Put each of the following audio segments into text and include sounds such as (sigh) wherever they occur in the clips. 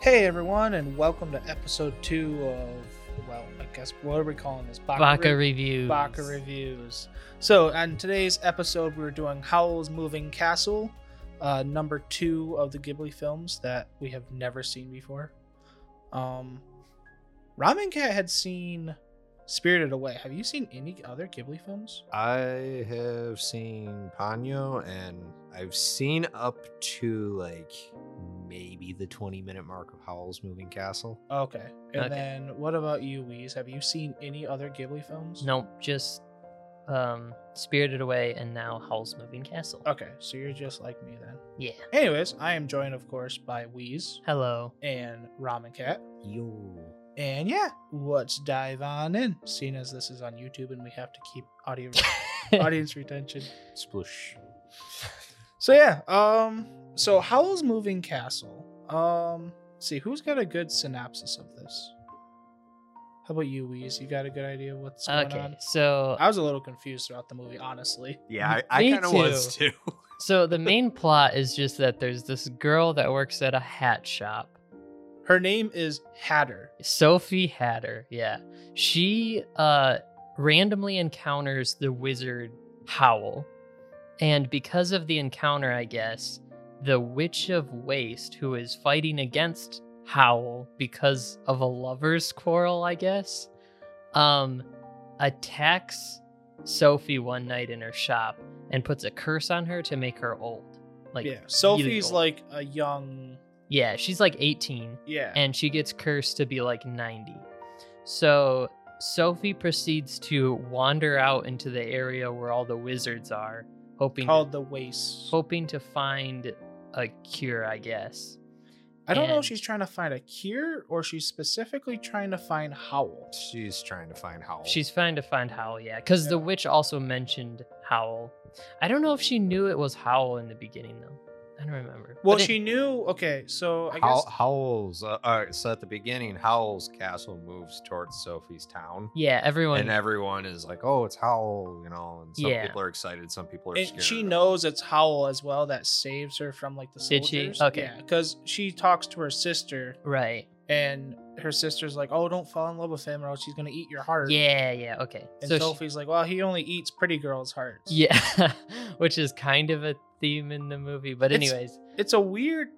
Hey everyone, and welcome to episode two of well, I guess what are we calling this? Baka Re- reviews. Baka reviews. So, on today's episode, we are doing Howl's Moving Castle, uh, number two of the Ghibli films that we have never seen before. Um, Ramen Cat had seen Spirited Away. Have you seen any other Ghibli films? I have seen Ponyo and I've seen up to like maybe the 20 minute mark of Howl's Moving Castle. Okay. And Okay. then, what about you, Weez? Have you seen any other Ghibli films? Nope, just um, Spirited Away and now Howl's Moving Castle. Okay, so you're just like me then. Yeah. Anyways, I am joined, of course, by Wheeze (laughs) Hello. and Ramen Cat. Yo. And yeah, let's dive on in. Seeing as this is on YouTube and we have to keep audio (laughs) audience retention. Sploosh. So yeah, um, so Howl's Moving Castle. Um, see who's got a good synopsis of this. How about you, Wheeze? You got a good idea what's going okay, on? so I was a little confused throughout the movie, honestly. Yeah, I, Me I kind of was too. (laughs) so the main plot is just that there's this girl that works at a hat shop Her name is Hatter. Sophie Hatter, yeah. She uh randomly encounters the wizard Howl. And because of the encounter, I guess, the Witch of Waste, who is fighting against Howl because of a lover's quarrel, I guess, um, attacks Sophie one night in her shop and puts a curse on her to make her old. Like yeah, Sophie's old. like a young. Yeah, she's like 18 Yeah. and she gets cursed to be like 90. So Sophie proceeds to wander out into the area where all the wizards are, hoping called the Waste. hoping to find a cure, I guess. I don't know if and- she's trying to find a cure or she's specifically trying to find Howl. She's trying to find Howl. She's trying to find Howl, yeah, because the Oh. Yeah. witch also mentioned Howl. I don't know if she knew it was Howl in the beginning though. I don't remember. Well, But it- she knew. Okay, so I Howl, guess Howl's. Uh, all right, so at the beginning, Howl's castle moves towards Sophie's town. yeah, everyone. And everyone is like, oh, it's Howl, you know, and some Yeah. people are excited, some people are and scared. she knows it's Howl as well that saves her from like the Did she? soldiers. Okay. Yeah, because she talks to her sister right. and her sister's like, "Oh, don't fall in love with him or else he's gonna eat your heart." Yeah, yeah, okay. And so she- Sophie's like, "Well, he only eats pretty girls' hearts." yeah, (laughs) which is kind of a theme in the movie, but It's- anyways. It's a weird.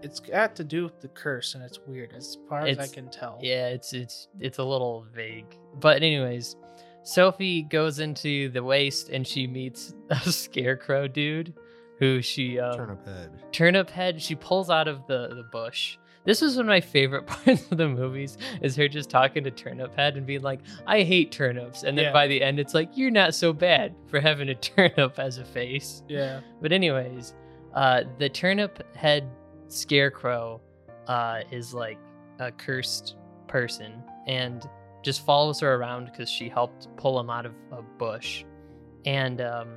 It's got to do with the curse, and it's weird as far as I It's- can tell. Yeah, it's it's it's a little vague. But anyways, Sophie goes into the waste and she meets (laughs) a scarecrow dude who she um, turnip. Turnip head. head she pulls out of the the bush. This was one of my favorite (laughs) parts of the movies is her just talking to Turnip Head and being like, "I hate turnips," and then Yeah. by the end, it's like, "You're not so bad for having a (laughs) turnip as a face." Yeah. But anyways, uh, the turnip head scarecrow uh, is like a cursed person and just follows her around because she helped pull him out of a bush. And um,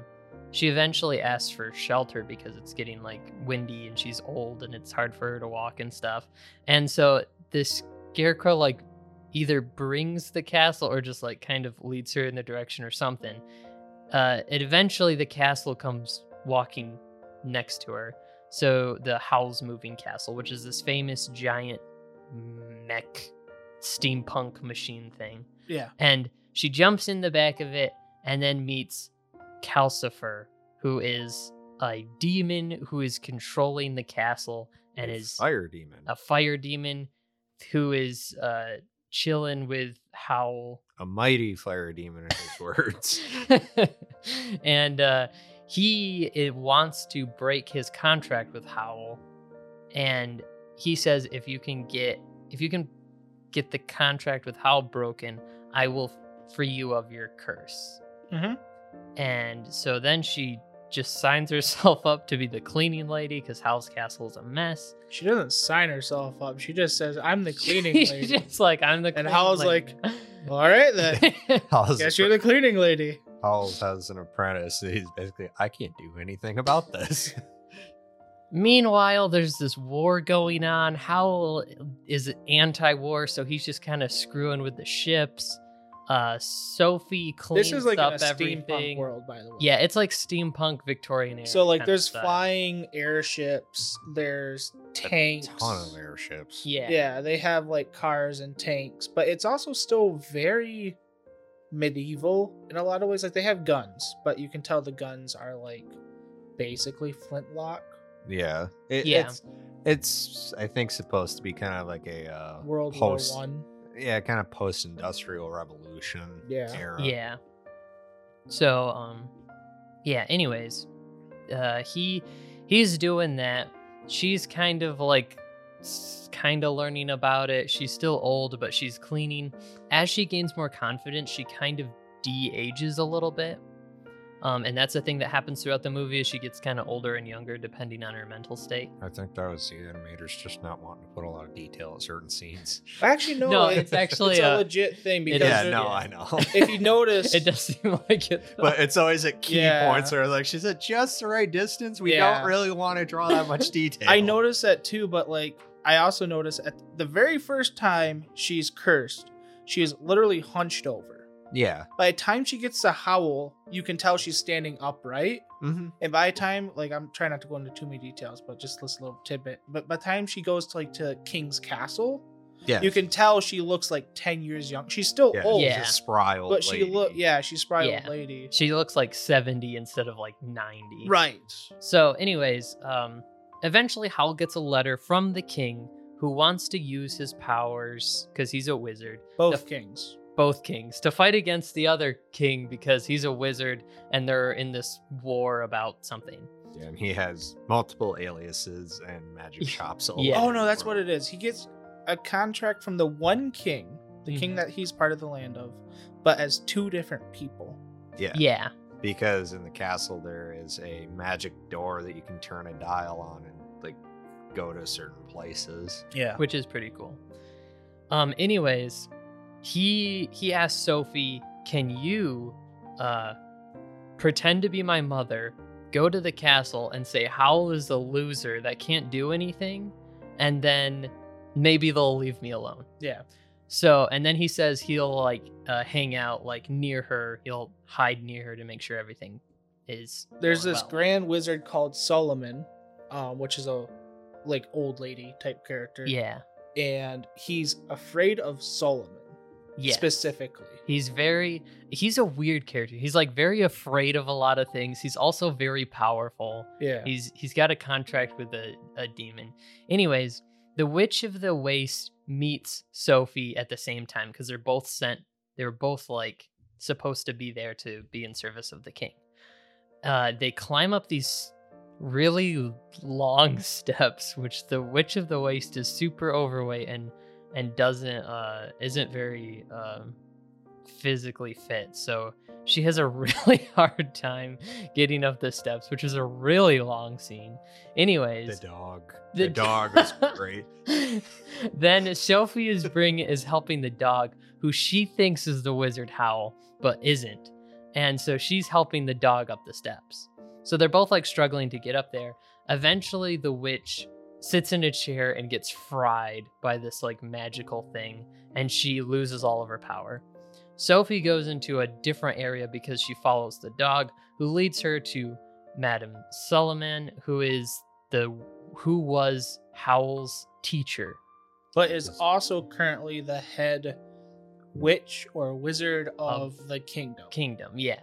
she eventually asks for shelter because it's getting like windy and she's old and it's hard for her to walk and stuff. And so this scarecrow like either brings the castle or just like kind of leads her in the direction or something. Uh, and eventually the castle comes walking next to her. So the Howl's Moving Castle, which is this famous giant mech steampunk machine thing. Yeah. And she jumps in the back of it and then meets Calcifer, who is a demon who is controlling the castle and is Fire demon. a fire demon who is uh chilling with Howl. a mighty fire demon in his words. (laughs) (laughs) and uh he it wants to break his contract with Howl and he says if you can get if you can get the contract with Howl broken, I will free you of your curse. Mhm. And so then she just signs herself up to be the cleaning lady because Howl's castle is a mess. She doesn't sign herself up. She just says, "I'm (laughs) the cleaning She's lady." just like I'm the. And cleaning Howl's lady." (laughs) All right (laughs) then. Howl's, Guess you're the cleaning lady. Howl's has an apprentice. He's basically, I can't do anything about this. (laughs) Meanwhile, there's this war going on. Howl is anti-war, so he's just kind of screwing with the ships. Uh, Sophie cleans This is like in up a steampunk everything. world, by the way. Yeah, it's like steampunk Victorian era. So like, kinda there's style. flying airships. There's tanks. ton of airships. Yeah. Yeah, they have like cars and tanks, but it's also still very medieval in a lot of ways. Like they have guns, but you can tell the guns are like basically flintlock Yeah. It, Yeah. It's, it's I think supposed to be kind of like a uh, World post, War One. (laughs) Yeah, kind of post industrial revolution Yeah. era. Yeah. So um yeah, anyways, uh he he's doing that. She's kind of like kind of learning about it. She's still old, but she's cleaning. As she gains more confidence, she kind of de-ages a little bit. Um, and that's the thing that happens throughout the movie is she gets kind of older and younger depending on her mental state. I think that was the animators just not wanting to put a lot of detail at certain scenes. Actually, no, No, it- it's actually it's a uh, legit thing because is. yeah, there- no, yeah. (laughs) I know. (laughs) if you notice, it does seem (laughs) like it. though. but it's always at key Yeah. points where like she's at just the right distance. We Yeah. don't really want to draw that much (laughs) detail. I noticed that too, but like I also noticed at the very first time she's cursed, she is literally hunched over. Yeah. By the time she gets to howl, you can tell she's standing upright. Mm-hmm. And by the time, like I'm trying not to go into too many details, but just this little tidbit. But by the time she goes to like to King's Castle, Yeah. you can tell she looks like ten years young. She's still yeah, old, she's Yeah. a (laughs) spry old but she lady. look yeah, she's probably an old Yeah. lady. she looks like 70 instead of like 90. Right. So, anyways, um, eventually Howl gets a letter from the king who wants to use his powers because he's a wizard, Both The- kings. both kings, to fight against the other king because he's a wizard and they're in this war about something. Yeah, and he has multiple aliases and (laughs) magic shops. all Yeah. over Oh no, the that's what world. it is. He gets a contract from the one king, the king Mhm. that he's part of the land of, but as two different people. Yeah. Mm-hmm. Yeah. Because in the castle there is a magic door that you can turn a dial on and like go to certain places. Yeah. which is pretty cool. Um, anyways, he he asked Sophie, "Can you uh, pretend to be my mother, go to the castle, and say Howl is a loser that can't do anything, and then maybe they'll leave me alone." Yeah. So, and then he says he'll like uh, hang out like near her. He'll hide near her to make sure everything is. There's going this well. grand wizard called Solomon, um, which is a like old lady type character. Yeah, And he's afraid of Solomon yeah. specifically. He's very he's a weird character. He's like very afraid of a lot of things. He's also very powerful. Yeah. He's he's got a contract with a, a demon. Anyways, the Witch of the Waste meets Sophie at the same time because they're both sent they were both like supposed to be there to be in service of the king. Uh, they climb up these really long (laughs) steps, which the Witch of the Waste is super overweight and and doesn't uh isn't very um physically fit. So she has a (laughs) really hard time getting up the steps, which is a really long scene. The Anyways, dog. The The, d- (laughs) dog was great. then Sophie is bring is helping the dog, who she thinks is the wizard Howl, but isn't. And so she's helping the dog up the steps. So they're both like struggling to get up there. Eventually the witch sits in a chair and gets fried by this like magical thing and she loses all of her power. Sophie goes into a different area because she follows the dog who leads her to Madame Solomon who is the who was Howell's teacher. but is also currently the head witch or wizard of, Of the kingdom. kingdom. Yeah.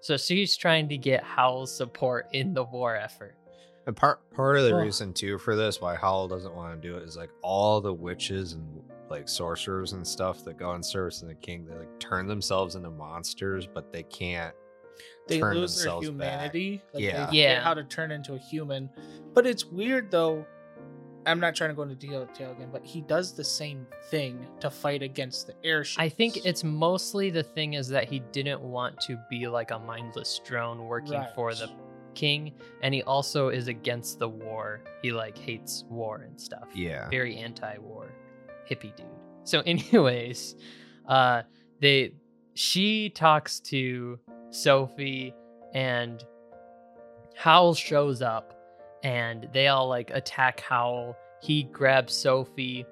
So she's trying to get Howell's support in the war effort. And part part of the Ugh. reason too for this why Howl doesn't want to do it is like all the witches and like sorcerers and stuff that go in service in the king, they like turn themselves into monsters, but they can't they turn lose their themselves back. humanity. Like Yeah. They forget Yeah. how to turn into a human. But it's weird though. I'm not trying to go into detail again, but he does the same thing to fight against the airship. I think it's mostly the thing is that he didn't want to be like a mindless drone working for the king, and he also is against the war. He like hates war and stuff. Yeah. very anti-war hippie dude. So, (laughs) anyways, uh, they she talks to Sophie and Howl shows up, and they all like attack Howl. He grabs Sophie.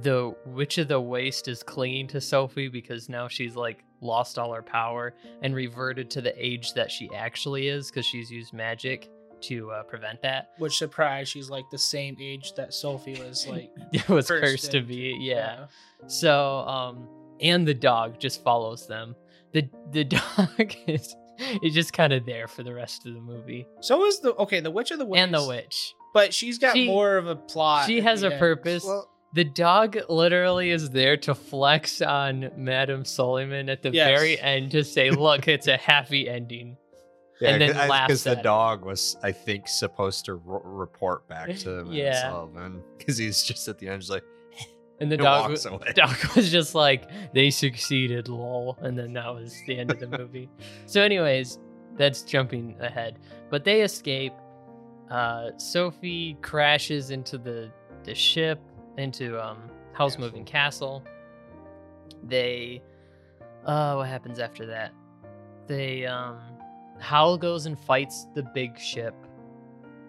The Witch of the Waste is clinging to Sophie because now she's like lost all her power and reverted to the age that she actually is because she's used magic to uh, prevent that. (laughs) Which surprised she's like the same age that Sophie was like. It was Cursed cursed to and- be, yeah. So, um, and the dog just follows them. The the (laughs) dog is is just kind of there for the rest of the movie. So is the okay the witch of the witch And the witch, but she's got She- more of a plot. she at has the a end. purpose. the dog literally is there to flex on Madame Soliman at the Yes. very end to say, "Look, it's a happy ending." And then laughs because the at her. dog was, I think, supposed to r report back to (laughs) Yeah. yeah. Sullivan because he's just at the end, just like And the and dog walks was, (laughs) away. dog was just like, "They succeeded, lol," and then that was the end of the movie. So, anyways, that's jumping ahead, but they escape. Uh, Sophie crashes into the the ship into um house moving castle. They uh what happens after that? They um Howl goes and fights the big ship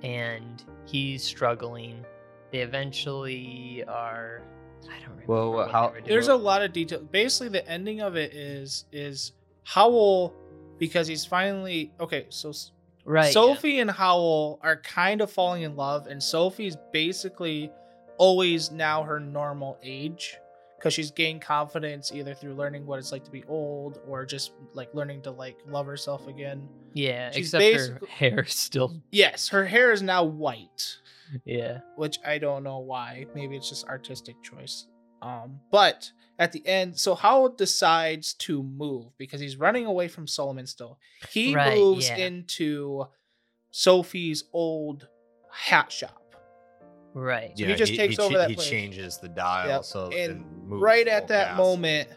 and he's struggling. They eventually are I don't remember. Well, what Howl- they were There's a doing. lot of detail. Basically, the ending of it is is Howl because he's finally okay. So s- right yeah. Sophie and Howl are kind of falling in love, and Sophie's basically always now her normal age because she's gained confidence either through learning what it's like to be old or just like learning to like love herself again. Yeah, She's except her basic- hair still. (laughs) Yes, her hair is now white. Yeah. which I don't know why. Maybe it's just artistic choice. Um, but at the end, so Howard decides to move because he's running away from Solomon still. He Right, moves yeah. into Sophie's old hat shop. Right. he just takes over cha- that He place. changes the dial Yep, so and moves right the at whole that cast. moment,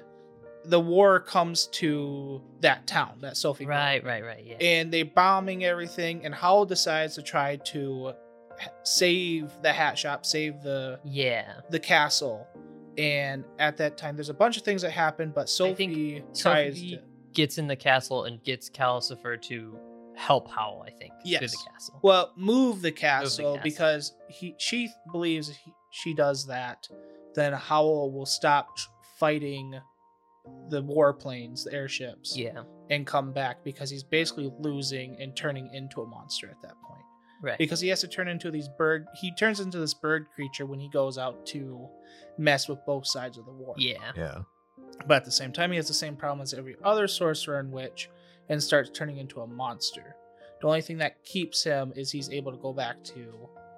the war comes to that town that Sophie grew up Right, right, right. Yeah. and they bombing everything and Howell decides to try to h- save the hat shop, save the yeah. the castle. And at that time, there's a bunch of things that happen, but I think Sophie tries Sophie to. gets in the castle and gets Calcifer to help Howl, I think. To Yes. the castle. Well, move the castle, castle. because he she believes he, she does that. Then Howl will stop tr- fighting the warplanes, the airships, yeah. and come back because he's basically losing and turning into a monster at that point. Right. Because he has to turn into these bird. He turns into this bird creature when he goes out to mess with both sides of the war. (laughs) yeah. Yeah. But at the same time, he has the same problem as every other sorcerer and witch and starts turning into a monster. The only thing that keeps him is he's able to go back to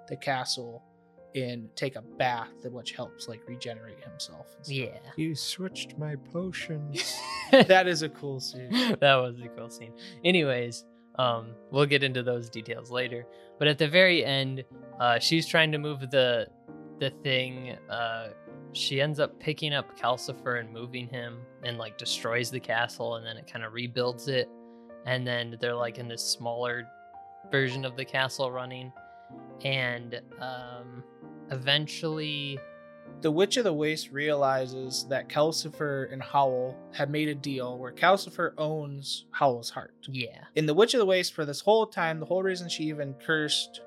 the castle and take a bath, which helps like regenerate himself. and stuff. Yeah. You switched my potions. (laughs) That is a cool scene. (laughs) that was a cool scene. Anyways, um, we'll get into those details later. But at the very end, uh, she's trying to move the the thing. Uh, she ends up picking up Calcifer and moving him, and like destroys the castle, and then it kind of rebuilds it. And then they're like in this smaller version of the castle running, and um, eventually, The Witch of the Waste realizes that Calcifer and Howl have made a deal where Calcifer owns Howl's heart. yeah, in the Witch of the Waste for this whole time, the whole reason she even cursed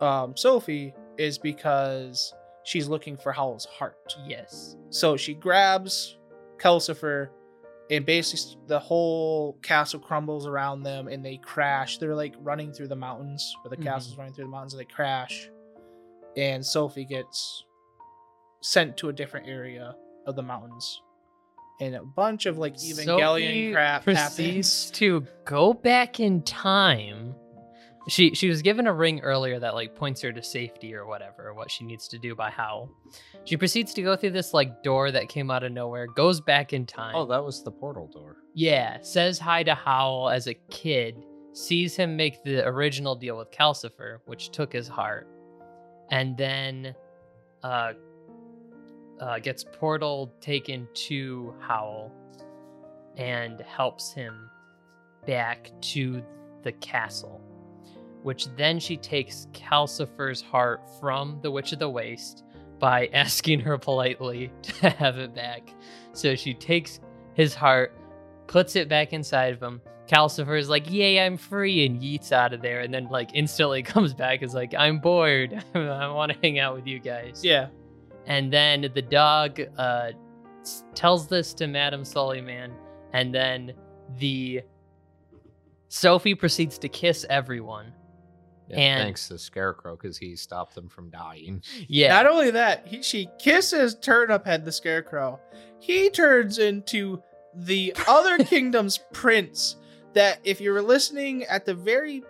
um, Sophie is because she's looking for Howl's heart. yes, So she grabs Kelsifer, and basically s- the whole castle crumbles around them, and they crash. They're like running through the mountains, or the Mhm. castle's running through the mountains, and they crash. And Sophie gets sent to a different area of the mountains, and a bunch of like Evangelion Sophie crap happens. proceeds to go back in time. She she was given a ring earlier that like points her to safety or whatever, what she needs to do by how. She proceeds to go through this like door that came out of nowhere, goes back in time. Oh, that was the portal door. Yeah, says hi to Howl as a kid, sees him make the original deal with Calcifer, which took his heart, and then uh, uh, gets Portal taken to Howl and helps him back to the castle, which then she takes Calcifer's heart from the Witch of the Waste by (laughs) asking her politely to have it back. So she takes his heart puts it back inside of him. Calcifer is like, "Yay, I'm free!" and yeets out of there, and then like instantly (laughs) comes back is like, "I'm bored. (laughs) I want to hang out with you guys." Yeah. And then the dog uh, s- tells this to Madame Sullyman, and then the Sophie proceeds to kiss everyone. Yeah, And- thanks to Scarecrow because he stopped them from dying. Yeah, Not only that, he, she kisses Turnip Head the Scarecrow. He turns into the other kingdom's prince. That if you were listening at the very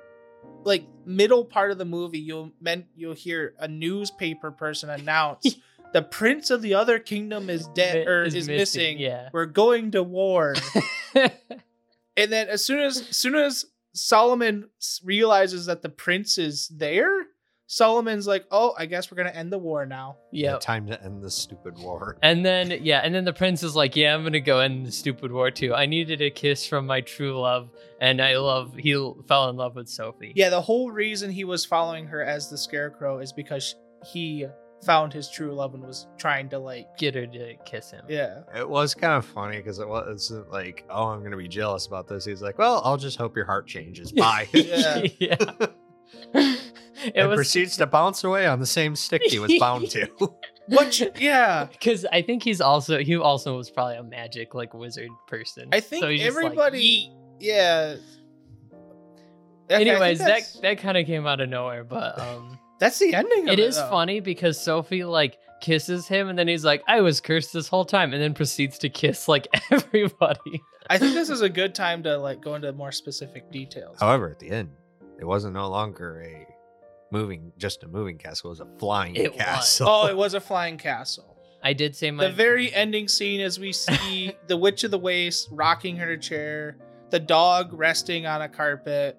like middle part of the movie, you'll meant you'll hear a newspaper person announce the prince of the other kingdom is dead mi- or is, missing. Yeah. We're going to war. (laughs) and then as soon as, as soon as Solomon s- realizes that the prince is there, Solomon's like, "Oh, I guess we're gonna end the war now." yeah. Time to end this stupid war. And then yeah, and then the prince is like, "Yeah, I'm gonna go end the stupid war too. I needed a kiss from my true love, and I love he l- fell in love with Sophie. Yeah, the whole reason he was following her as the scarecrow is because he found his true love and was trying to like, get her to kiss him. yeah, It was kind of funny because it wasn't like, oh, I'm gonna be jealous about this. He's like, well, I'll just hope your (laughs) heart changes. Bye. Yeah. (laughs) yeah. (laughs) (laughs) and it was proceeds to bounce away on the same stick he was bound to. (laughs) (laughs) what? you- yeah, because I think he's also he also was probably a magic like wizard person. I think (laughs) So he's just like, everybody, yeah. Okay, I think Anyways, that's, that that kind of came out of nowhere, (laughs) but um, that's the ending. Of it it is though. funny because Sophie like kisses him and then he's like, "I was cursed this whole time," and then proceeds to kiss like (laughs) everybody. I think this is a good time to like go into more specific details. However, at the end, it wasn't no longer a moving, just a moving castle. It was a flying It was. (laughs) castle. Oh, it was a flying castle. I did say my The very ending scene is (laughs) we see the Witch of the Waste rocking her chair, the dog resting on a carpet,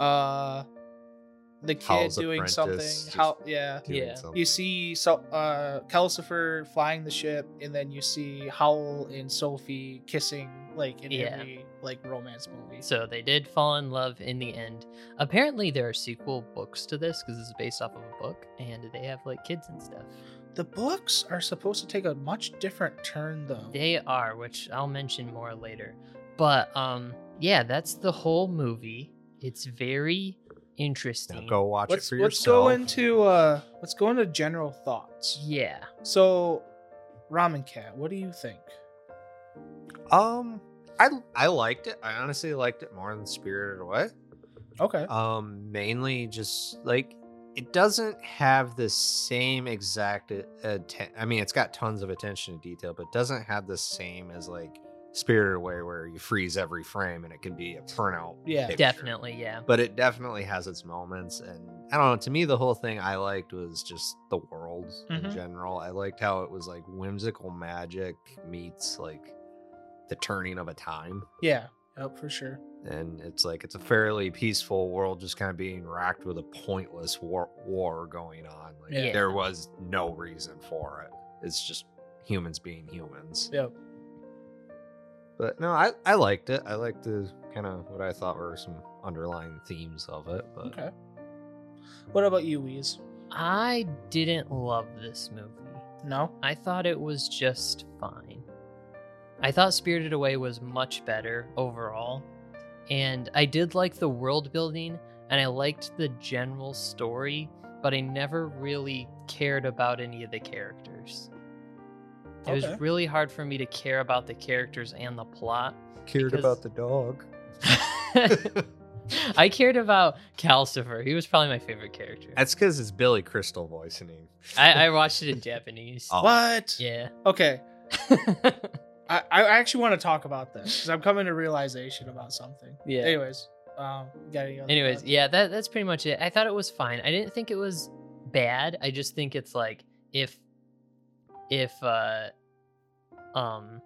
uh, the kid Howl's doing apprentice, something. just- How, yeah. Doing Yeah. something. You see so, uh, Calcifer flying the ship, and then you see Howl and Sophie kissing, like in Yeah. every like romance movie. so they did fall in love in the end. Apparently, there are sequel books to this because this is based off of a book, and they have like kids and stuff. the books are supposed to take a much different turn, though. They are, which I'll mention more later. But um yeah, that's the whole movie. It's very Now interesting. go watch it Let's for let's yourself. go into uh, let's go into general thoughts. Yeah. So, Ramen Cat, what do you think? Um, I I liked it. I honestly liked it more than Spirited Away. Okay. Uh, Um, mainly just like it doesn't have the same exact. Atten- I mean, it's got tons of attention to detail, but doesn't have the same as like Spirited Away, where you freeze every frame and it can be a printout. Yeah. picture. Definitely, yeah. But it definitely has its moments, and I don't know. To me, the whole thing I liked was just the world Mhm. in general. I liked how it was like whimsical magic meets like the turning of a time Yeah. Yep, for sure. and it's like it's a fairly peaceful world just kind of being racked with a pointless war, war going on like Yeah. there was no reason for it it's just humans being humans Yep. but no i, I liked it i liked the kind of what i thought were some underlying themes of it but Okay. What about you, Weez? I didn't love this movie. No. I thought it was just fine. I thought Spirited Away was much better overall, and I did like the world building and I liked the general story, but I never really cared about any of the characters. It Okay. was really hard for me to care about the characters and the (laughs) plot. (laughs) cared Because- about the dog I cared about Calcifer. He was probably my favorite character. that's because it's billy crystal voicing him I, I watched it in Japanese. Oh. What? Yeah. (laughs) Okay. I, I actually want to talk about this because I'm coming to realization about something. Yeah. Anyways, um, got any other Anyways, thoughts? yeah, that that's pretty much it. I thought it was fine. I didn't think it was bad. I just think it's like if if uh um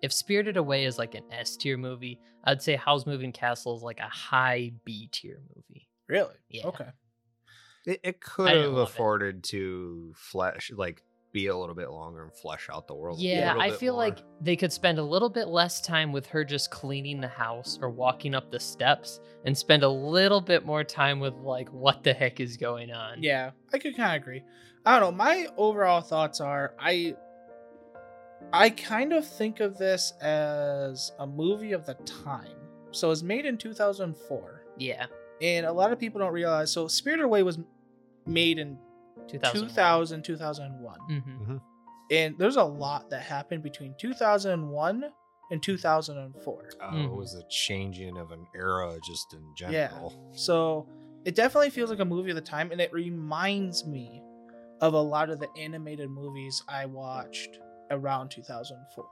if Spirited Away is like an S tier movie, I'd say Howl's Moving Castle is like a high B tier movie. Really? Yeah. Okay. (laughs) it, it could didn't have love it. afforded to flesh like be a little bit longer and flesh out the world a Yeah, little I bit feel more. like they could spend a little bit less time with her just cleaning the house or walking up the steps and spend a little bit more time with like what the heck is going on. Yeah, I could kind of agree. I don't know. My overall thoughts are I I kind of think of this as a movie of the time. So it was made in 2004. Yeah. and a lot of people don't realize so spirited away was made in 2000. 2000 2001 Mhm. and there's a lot that happened between 2001 in 2004. Uh, It Mhm. was a changing of an era just in general. So it definitely feels like a movie of the time, and it reminds me of a lot of the animated movies I watched around 2004.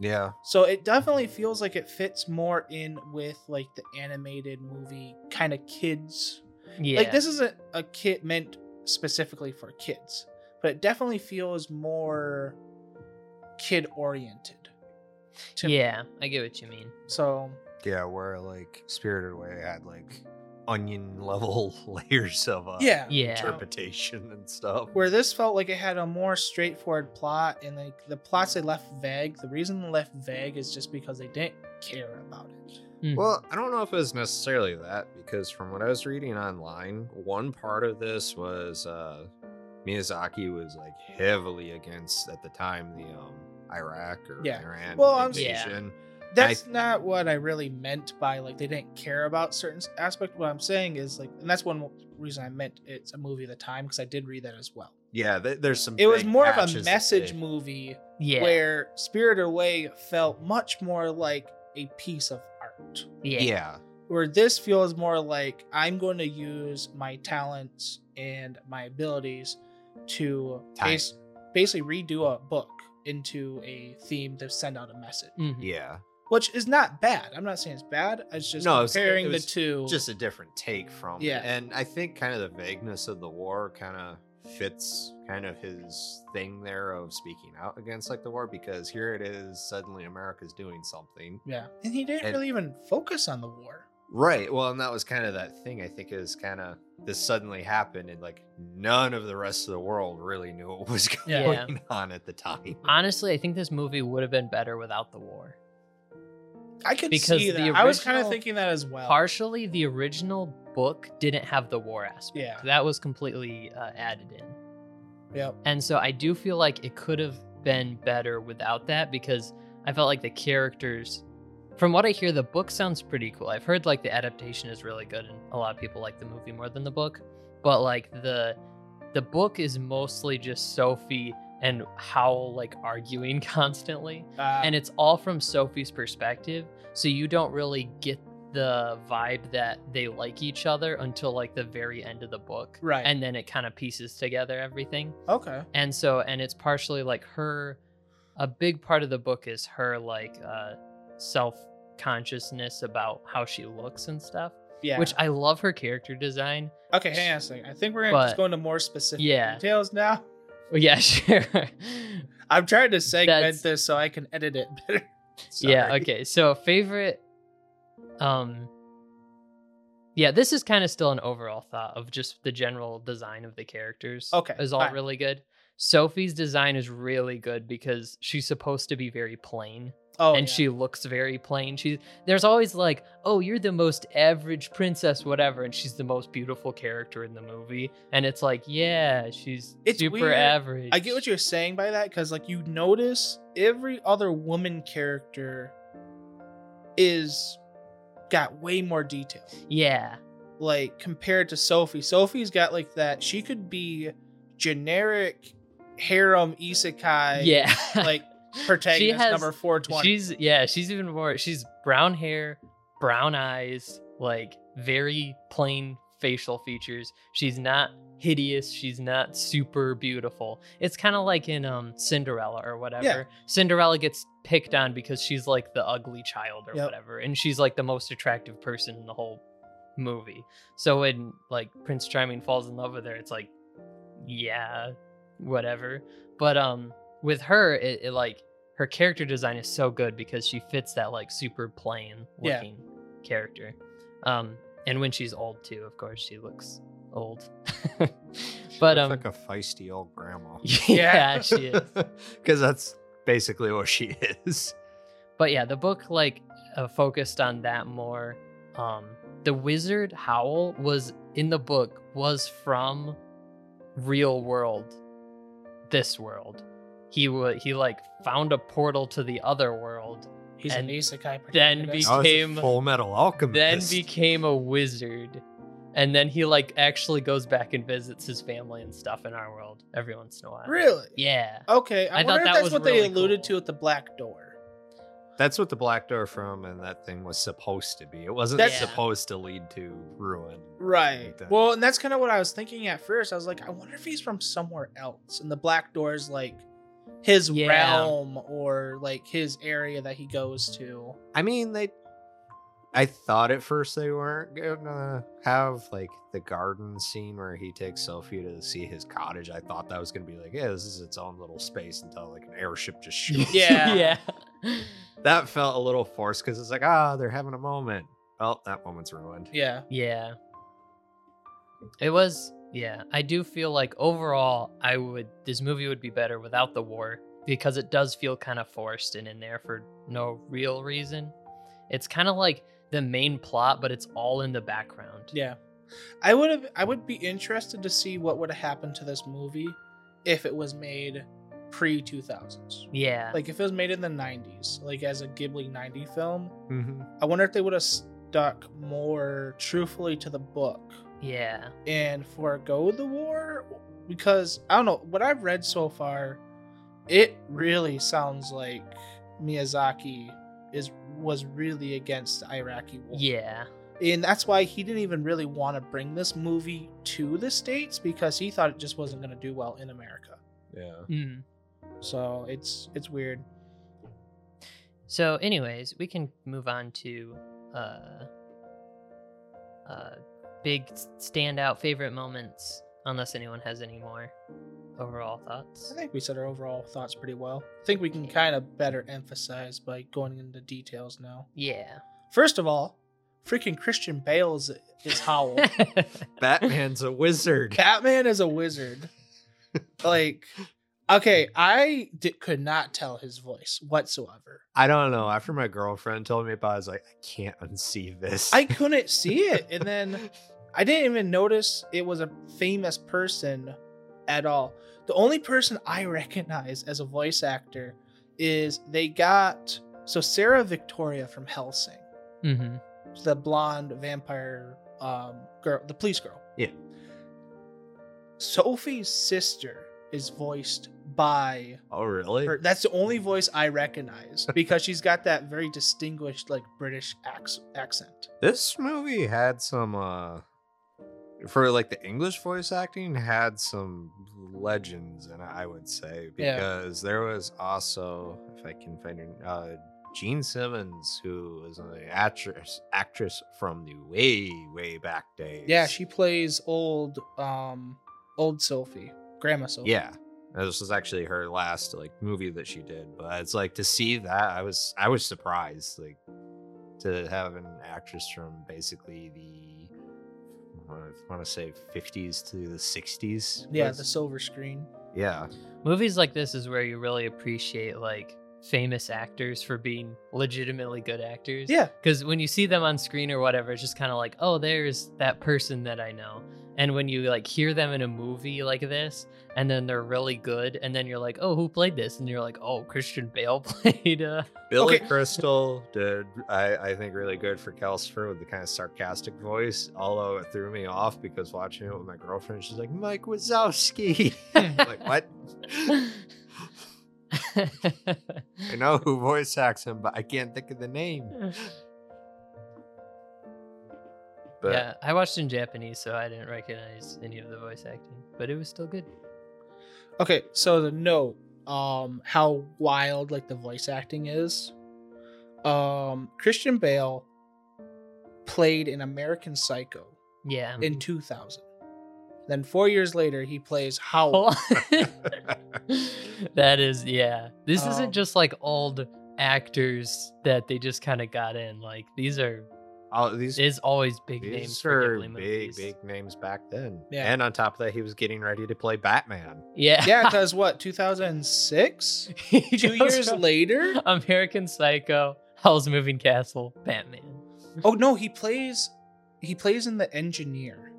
Yeah. So it definitely feels like it fits more in with like the animated movie kind of kids. Yeah. Like this isn't a kid meant specifically for kids, but it definitely feels more kid oriented. yeah, I get what you mean. So yeah, where like Spirited Away had like onion level (laughs) layers of uh, yeah. Yeah. interpretation and stuff. where this felt like it had a more straightforward plot and like the plots they left vague the reason they left vague is just because they didn't care about it Mhm. Well, I don't know if it was necessarily that because from what I was reading online, one part of this was uh, Miyazaki was like heavily against at the time the um, Iraq or Yeah. Iran Well, I'm- Yeah. invasion. that's not what i really meant by like they didn't care about certain s- aspect what i'm saying is like and that's one reason i meant it's a movie of the time because i did read that as well Yeah, th- there's some. it was big more of a patches that message they- movie yeah. where spirited away felt much more like a piece of art yeah. Yeah. where this feels more like I'm going to use my talents and my abilities to Time. bas- basically redo a book into a theme to send out a message, Mhm. yeah, which is not bad. I'm not saying it's bad. It's just No, it was- comparing it was the two. just a different take from. it. Yeah. and I think kind of the vagueness of the war kind of fits kind of his thing there of speaking out against like the war because here it is suddenly America's doing something. yeah, and he didn't and- really even focus on the war. Right. Well, and that was kind of that thing. I think is kind of this suddenly happened, and like none of the rest of the world really knew what was (laughs) going Yeah. Yeah. on at the time. Honestly, I think this movie would have been better without the war. I could Because see that. the I was kind of original thinking that as well. Partially, the original book didn't have the war aspect. Yeah. That was completely uh, added in. Yep. And so I do feel like it could have been better without that because I felt like the characters from what I hear the book sounds pretty cool. I've heard like the adaptation is really good and a lot of people like the movie more than the book. But like the the book is mostly just Sophie and Howl like arguing (laughs) constantly Uh, and it's all from Sophie's perspective, so you don't really get the vibe that they like each other until like the very end of the book. Right. And then it kind of pieces together everything. okay. And so and it's partially like her a big part of the book is her like uh self-consciousness about how she looks and stuff, Yeah. which I love her character design. okay, hang on a second. I think we're gonna just But- go into more specific Yeah. details now. Well, yeah, (laughs) sure. I'm trying to segment That's- this so I can edit it better. (laughs) Yeah, Sorry. okay. So favorite um Yeah, this is kind of still an overall thought of just the general design of the characters. Okay, Is all fine. really good. Sophie's design is really good because she's supposed to be very plain Oh, and yeah. she looks very plain. She there's always like, "Oh, you're the most average princess whatever," and she's the most beautiful character in the movie. And it's like, "Yeah, she's It's super weird. average." I get what you're saying by that because, like, you notice every other woman character is got way more detail. Yeah. Like compared to Sophie, Sophie's got like that. She could be generic harem isekai. yeah. (laughs) like protagonist has- number four twenty. She's yeah, she's even more. She's brown hair, brown eyes, like very plain facial features. She's not hideous. She's not super beautiful. It's kind of like in um Cinderella or whatever. Cinderella gets picked on because she's like the ugly child or Yep. whatever, and she's like the most attractive person in the whole movie. So when like Prince Charming falls in love with her, it's like, yeah, whatever. But um, with her, it, it like her character design is so good because she fits that like super plain Yeah. looking character. Um, and when she's old too, of course, she looks old. (laughs) She (laughs) but um, (laughs) looks like a feisty old grandma. yeah, (laughs) she is. (laughs) Because that's basically what she is. but yeah the book like uh, focused on that more um the wizard howl was in the book was from real world this world he would he like found a portal to the other world He's an and isekai. then protagonist. be- I was a Became- Full Metal Alchemist. then became a wizard and then he like actually goes back and visits his family and stuff in our world every once in a while really yeah okay. I, I thought wonder if that that's was what they really alluded cool. to at the black door. That's what the black door from and that thing was supposed to be. It wasn't That's- supposed to lead to ruin. Right. Like that. Well, and that's kind of what I was thinking at first. I was like, I wonder if he's from somewhere else, and the Black Door is like his Yeah. realm or like his area that he goes to. I mean, they. I thought at first they weren't gonna have like the garden scene where he takes Sophie to see his cottage. I thought that was gonna be like, yeah, this is its own little space until like an airship (laughs) just (laughs) shoots. Yeah. yeah. that felt a little forced because it's like, ah, they're having a moment. Well, that moment's ruined. Yeah. Yeah. It was yeah, I do feel like overall I would this movie would be better without the war because it does feel kind of forced and in there for no real reason. It's kind of like the main plot but it's all in the background. Yeah. I would have. I would be interested to see what would have happened to this movie if it was made pre two thousands. Yeah. Like if it was made in the nineties, like as a Ghibli ninety film. Mm-hmm. I wonder if they would have stuck more truthfully to the book yeah. and forego the war because I don't know what I've read so far. It really sounds like Miyazaki is was really against the Iraqi war, Yeah. and that's why he didn't even really want to bring this movie to the states because he thought it just wasn't going to do well in America. Yeah. Mm. So it's it's weird. So anyways, we can move on to uh uh big standout favorite moments unless anyone has any more overall thoughts. I think we said our overall thoughts pretty well. I think we can kind of better emphasize by going into details now. Yeah. (laughs) First of all, freaking Christian Bale's is Howl. (laughs) Mm-hmm. Batman's a wizard. Batman is a wizard. like, okay, I di- could not tell his voice whatsoever. I don't know. After my girlfriend told me about, it, I was like, I can't unsee this. I couldn't see it, and then I didn't even notice it was a famous person at all. The only person I recognize as a voice actor is they got so Sarah Victoria from Helsing. mm-hmm. the blonde vampire um, girl, the police girl. Yeah. Sophie's sister is voiced by (laughs) oh really? her. That's the only voice I recognize because she's got that very distinguished, like British acc- accent. This movie had some uh for like the English voice acting had some legends and I would say Yeah. because there was also if I can find her uh Gene Simmons who was an actress actress from the way way back days. Yeah, she plays old, um, old Sophie, Grandma Sophie. Yeah. And This was actually her last like movie that she did, but it's like to see that I was I was surprised like to have an actress from basically the I want to say 50s to the 60s. Yeah, was- the silver screen. yeah. Movies like this is where you really appreciate like famous actors for being legitimately good actors. Yeah, Because when you see them on screen or whatever, it's just kind of like, oh, there's that person that I know. And when you like hear them in a movie like this, and then they're really good, and then you're like, oh, who played this? And you're like, oh, Christian Bale (laughs) played. Uh... Billy Okay. Crystal did I I think really good for Kelsfer with the kind of sarcastic voice, although it threw me off because watching it with my girlfriend, she's like Mike Wazowski. (laughs) Hmm, (laughs) like what? I know who voice acts him, but I can't think of the name. But yeah, I watched in Japanese, so I didn't recognize any of the voice acting, but it was still good. Okay, so the note, um, how wild like the voice acting is. Um, Christian Bale played in American Psycho Yeah. (laughs) in 2000. Then four years later, he plays Howl. Cool. that is, yeah. This Um, isn't just like old actors that they just kind of got in. Like these are all these is always big names these for are Ghibli big movies. big names back then. Yeah. And on top of that, he was getting ready to play Batman. (laughs) Yeah. yeah, (laughs) because what 2006? He Two goes years from later? American Psycho, Hell's Moving Castle, Batman. Oh no, he plays he plays in the engineer,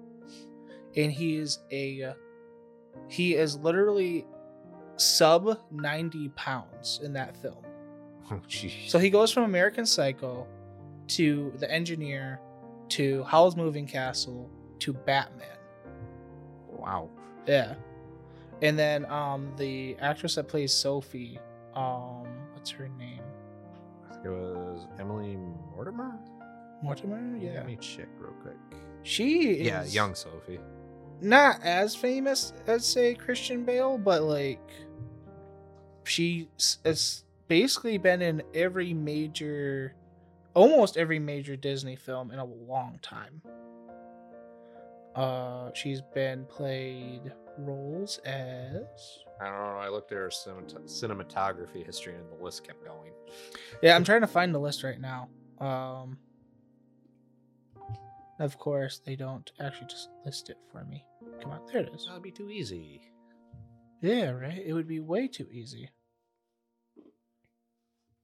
and he is a he is literally sub 90 pounds in that film. Oh jeez. So he goes from American Psycho to The Engineer to Howl's Moving Castle to Batman. wow. Yeah. And then um the actress that plays Sophie, um what's her name? It was Emily Mortimer. Mortimer, yeah. Let me check real quick. She is Yeah, young Sophie. not as famous as say Christian Bale, but like she s- has basically been in every major, almost every major Disney film in a long time. Uh, she's been played roles as I don't know. I looked at her cinemat- cinematography history, and the list kept going. yeah. I'm trying to find the list right now. Um, of course they don't actually just list it for me. Come on, there it is. That'd be too easy. Yeah, right? It would be way too easy.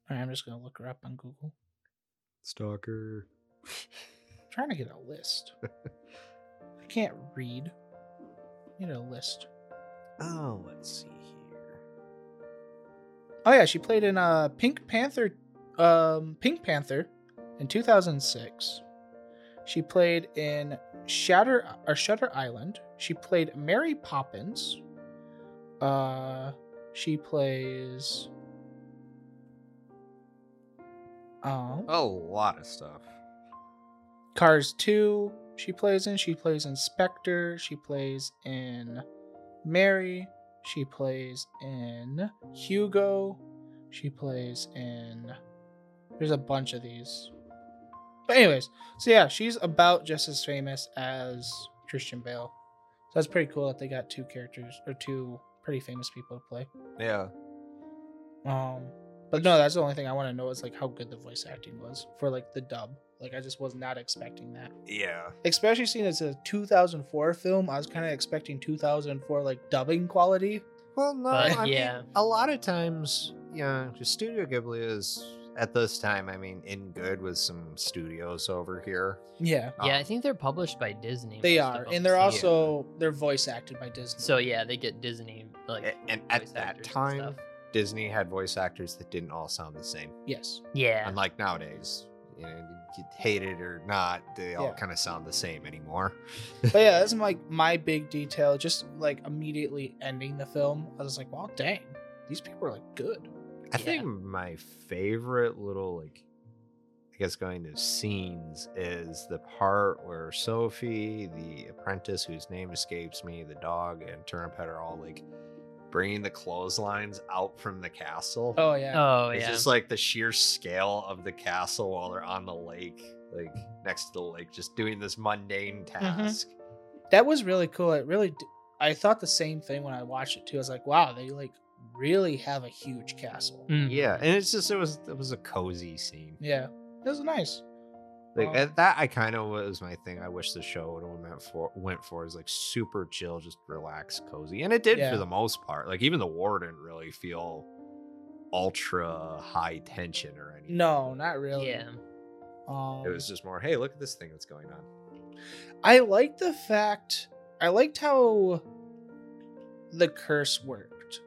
Alright, I'm just gonna look her up on Google. Stalker. I'm trying to get a list. I can't read. I need a list. (laughs) Oh, let's see here. Oh yeah, she played in uh Pink Panther um Pink Panther in 2006. She played in Shatter or Shutter Island. She played Mary Poppins. Uh she plays um A lot of stuff. Cars 2, she plays in. She plays in Spectre. She plays in Mary. She plays in Hugo. She plays in. There's a bunch of these. But, anyways, so yeah, she's about just as famous as Christian Bale. So that's pretty cool that they got two characters or two pretty famous people to play. Yeah. Um, but no, that's the only thing I want to know is like how good the voice acting was for like the dub. Like I just was not expecting that Yeah. especially seeing it's a 2004 film i was kind of expecting 2004 like dubbing quality Well, no, But, I yeah. mean, a lot of times, you know, just Studio Ghibli is at this time. I mean, in good with some studios over here. um, yeah uh, Yeah, I think they're published by Disney. they most of are them, and they're so- also they're voice acted by disney so yeah, they get Disney like A- and at voice that actors and time, stuff. Disney had voice actors that didn't all sound the same. yes Yeah. Unlike nowadays, you know, you hate it or not, they all Yeah. kind of sound the same anymore. but yeah that's like my big detail just like immediately ending the film i was like well dang these people are like good I Yeah. think my favorite little like I guess going to scenes is the part where Sophie, the apprentice whose name escapes me, the dog and Turniphead are all like bringing the clotheslines out from the castle. oh yeah Oh it's yeah. just like the sheer scale of the castle while they're on the lake, like next to the lake, just doing this mundane Mm-hmm. task. Oh. that was really cool it really d- i thought the same thing when i watched it too i was like wow they like really have a huge castle Mm. Yeah, and it's just it was it was a cozy scene. yeah it was nice Like Um, that, that I kind of was my thing. I wish the show would have went for went for is like super chill, just relaxed, cozy, and it did Yeah. for the most part. Like even the war didn't really feel ultra high tension or anything. no not really Yeah. um it was just more, hey, look at this thing that's going on. I like the fact I liked how the curse worked.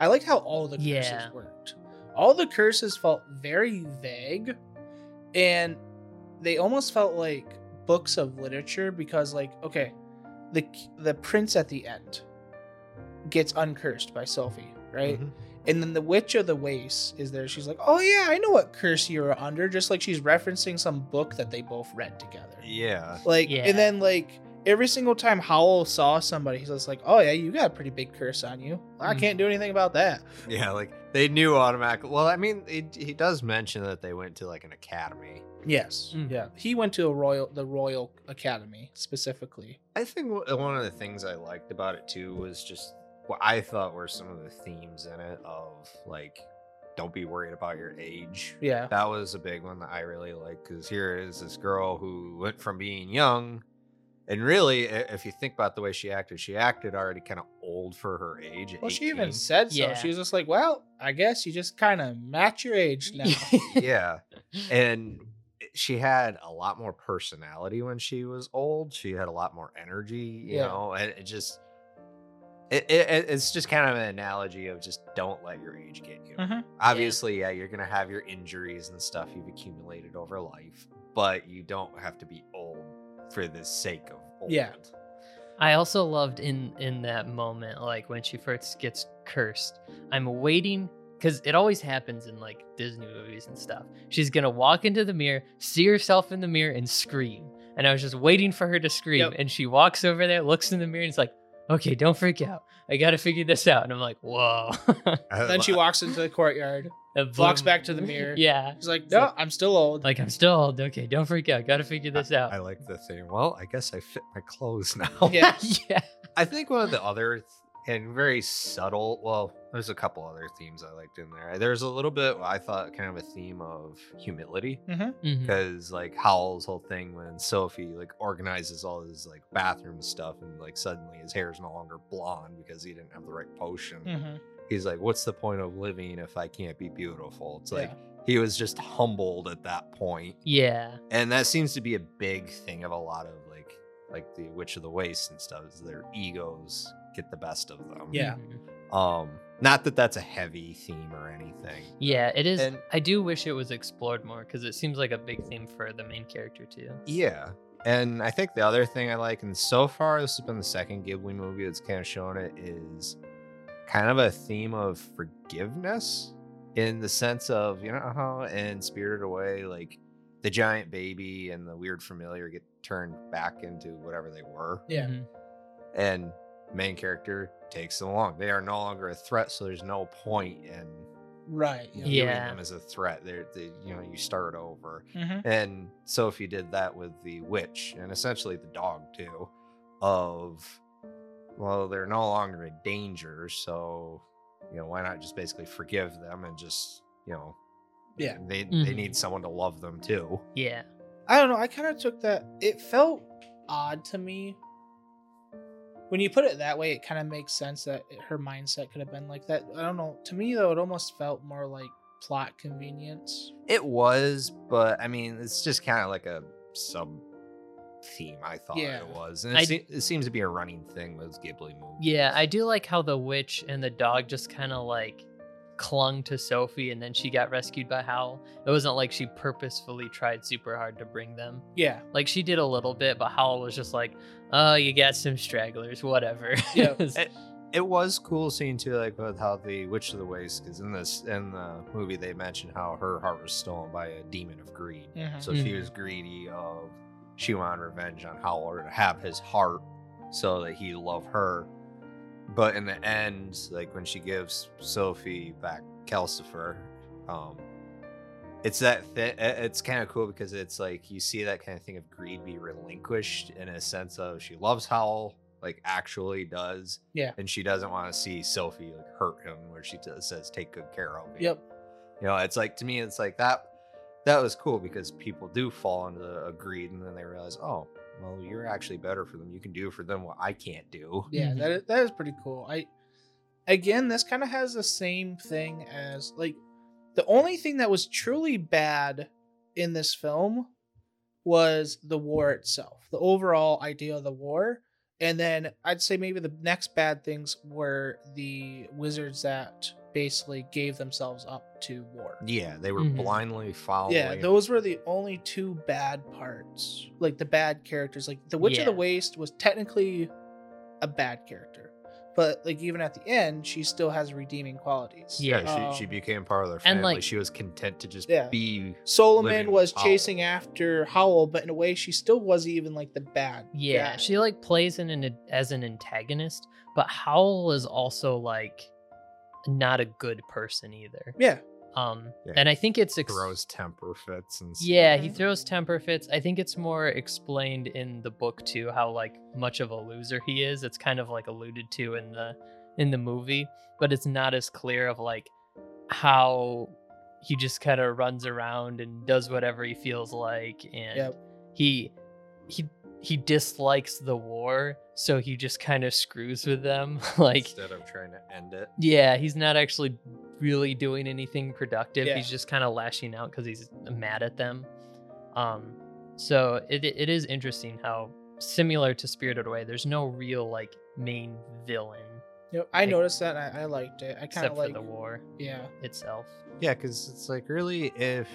I liked how all the curses Yeah. worked. All the curses felt very vague and they almost felt like books of literature because like okay, the the prince at the end gets uncursed by Sophie, right? Mhm. And then the Witch of the Waste is there. She's like, "Oh yeah, I know what curse you're under," just like she's referencing some book that they both read together. Yeah, Like, Yeah. and then like every single time Howell saw somebody, he's just like, "Oh yeah, you got a pretty big curse on you. I Mhm. can't do anything about that." yeah. Like they knew automatically. Well, I mean, it, he does mention that they went to like an academy. Yes, Mhm. yeah. He went to a royal, the Royal Academy specifically. I think wh- one of the things I liked about it too was just what I thought were some of the themes in it of like, don't be worried about your age. Yeah, That was a big one that I really liked because here is this girl who went from being young, and really, i- if you think about the way she acted, she acted already kind of old for her age. at well, she 18. even said so. Yeah. She was just like, "Well, I guess you just kind of match your age (laughs) (laughs) now." yeah, and she had a lot more personality when she was old. She had a lot more energy, you Yeah. know, and it just it, it it- it's just kind of an analogy of just don't let your age get you. Mhm. Obviously, yeah, you're gonna have your injuries and stuff you've accumulated over life, but you don't have to be old for the sake of old. Yeah. I also loved in in that moment, like when she first gets cursed. I'm waiting because it always happens in like Disney movies and stuff. She's gonna walk into the mirror, see herself in the mirror, and scream. And I was just waiting for her to scream, Yep. and she walks over there, looks in the mirror, and is like, "Okay, don't freak out. I gotta figure this out." And I'm like, "Whoa!" (laughs) (laughs) Then she walks into the courtyard. And Walks boom. back to the mirror. (laughs) yeah, She's like, "No, I'm still old." like I'm still old. Okay, don't freak out. Gotta figure this out. I like the thing. Well, I guess I fit my clothes (laughs) now. (laughs) (laughs) yeah. yeah. I think one of the other th- and very subtle. Well, there's a couple other themes I liked in there. There's a little bit I thought kind of a theme of humility Mm-hmm, Mhm. because like Howl's whole thing when Sophie like organizes all his like bathroom stuff and like suddenly his hair is no longer blonde because he didn't have the right potion. Mhm. He's like, "What's the point of living if I can't be beautiful?" It's like Yeah. he was just humbled at that point Yeah. and that seems to be a big thing of a lot of like like the witch of the waste and stuff is their egos get the best of them Yeah. Mhm. um not that that's a heavy theme or anything Yeah, it is. And- I do wish it was explored more because it seems like a big theme for the main character too. yeah and i think the other thing i like and so far this has been the second ghibli movie that's kind of shown it is kind of a theme of forgiveness in the sense of you know how in spirited away like the giant baby and the weird familiar get turned back into whatever they were Yeah. Mhm. and main character takes them along. They are no longer a threat, so there's no point in Right. viewing Mm-hmm. Yeah. them as a threat. They're they, you know you start over. Mm-hmm. And Sophie did that with the witch and essentially the dog too. Of well, they're no longer in danger, so you know why not just basically forgive them and just you know Yeah. they they Mhm. need someone to love them too. Yeah. I don't know. I kind of took that. It felt odd to me. When you put it that way, it kind of makes sense that it- her mindset could have been like that. I don't know. To me, though, it almost felt more like plot convenience. It was, but I mean, it's just kind of like a sub theme. I thought Yeah. it was, and it, I- se- it seems to be a running thing with Ghibli movies. Yeah. I do like how the witch and the dog just kind of like clung to Sophie and then she got rescued by Howl. It wasn't like she purposefully tried super hard to bring them. Yeah. Like she did a little bit, but Howl was just like, oh, you got some stragglers, whatever. Yeah. (laughs) It's- it was cool seeing too, like with how the Witch of the Waste, because in this in the movie they mentioned how her heart was stolen by a demon of greed, Mhm. so she was greedy of she wanted revenge on Howler to have his heart so that he love her. But in the end, like when she gives Sophie back Calcifer, um, it's that thi- i- it's kind of cool because it's like you see that kind of thing of greed be relinquished in a sense of she loves Howl like actually does Yeah. and she doesn't want to see Sophie like hurt him where she t- says take good care of him Yep. you know it's like to me it's like that that was cool because people do fall into the greed and then they realize oh well you're actually better for them you can do for them what i can't do Yeah. Mhm. That is, that is pretty cool. I again, this kind of has the same thing as like the only thing that was truly bad in this film was the war itself, the overall idea of the war. And then I'd say maybe the next bad things were the wizards that basically gave themselves up to war. yeah they were Mhm. blindly following Yeah, those were the only two bad parts. Like the bad characters. Like the Witch of the Yeah. Waste was technically a bad character. But like even at the end, she still has redeeming qualities. Yeah. yeah, she, she Um, became part of their and, family like- she was content to just Yeah. be Solomon Living was with Howl. chasing after Howl, but in a way she still wasn't even like the bad. Yeah, guy. she like plays in an as an antagonist, but Howl is also like not a good person either. Yeah. Um, Yeah, and I think it's ex- throws temper fits and stuff. Yeah, he Mhm. throws temper fits. I think it's more explained in the book too how like much of a loser he is. It's kind of like alluded to in the in the movie, but it's not as clear of like how he just kind of runs around and does whatever he feels like and Yep. he he he dislikes the war, so he just kind of screws with them (laughs) like instead of trying to end it yeah, he's not actually really doing anything productive. Yeah. He's just kind of lashing out because he's mad at them. Um, so it it is interesting how similar to Spirited Away, there's no real like main villain Yep, I Like- noticed that and I, I liked it. I kind except of like for the war Yeah. itself. Yeah, because it's like really, if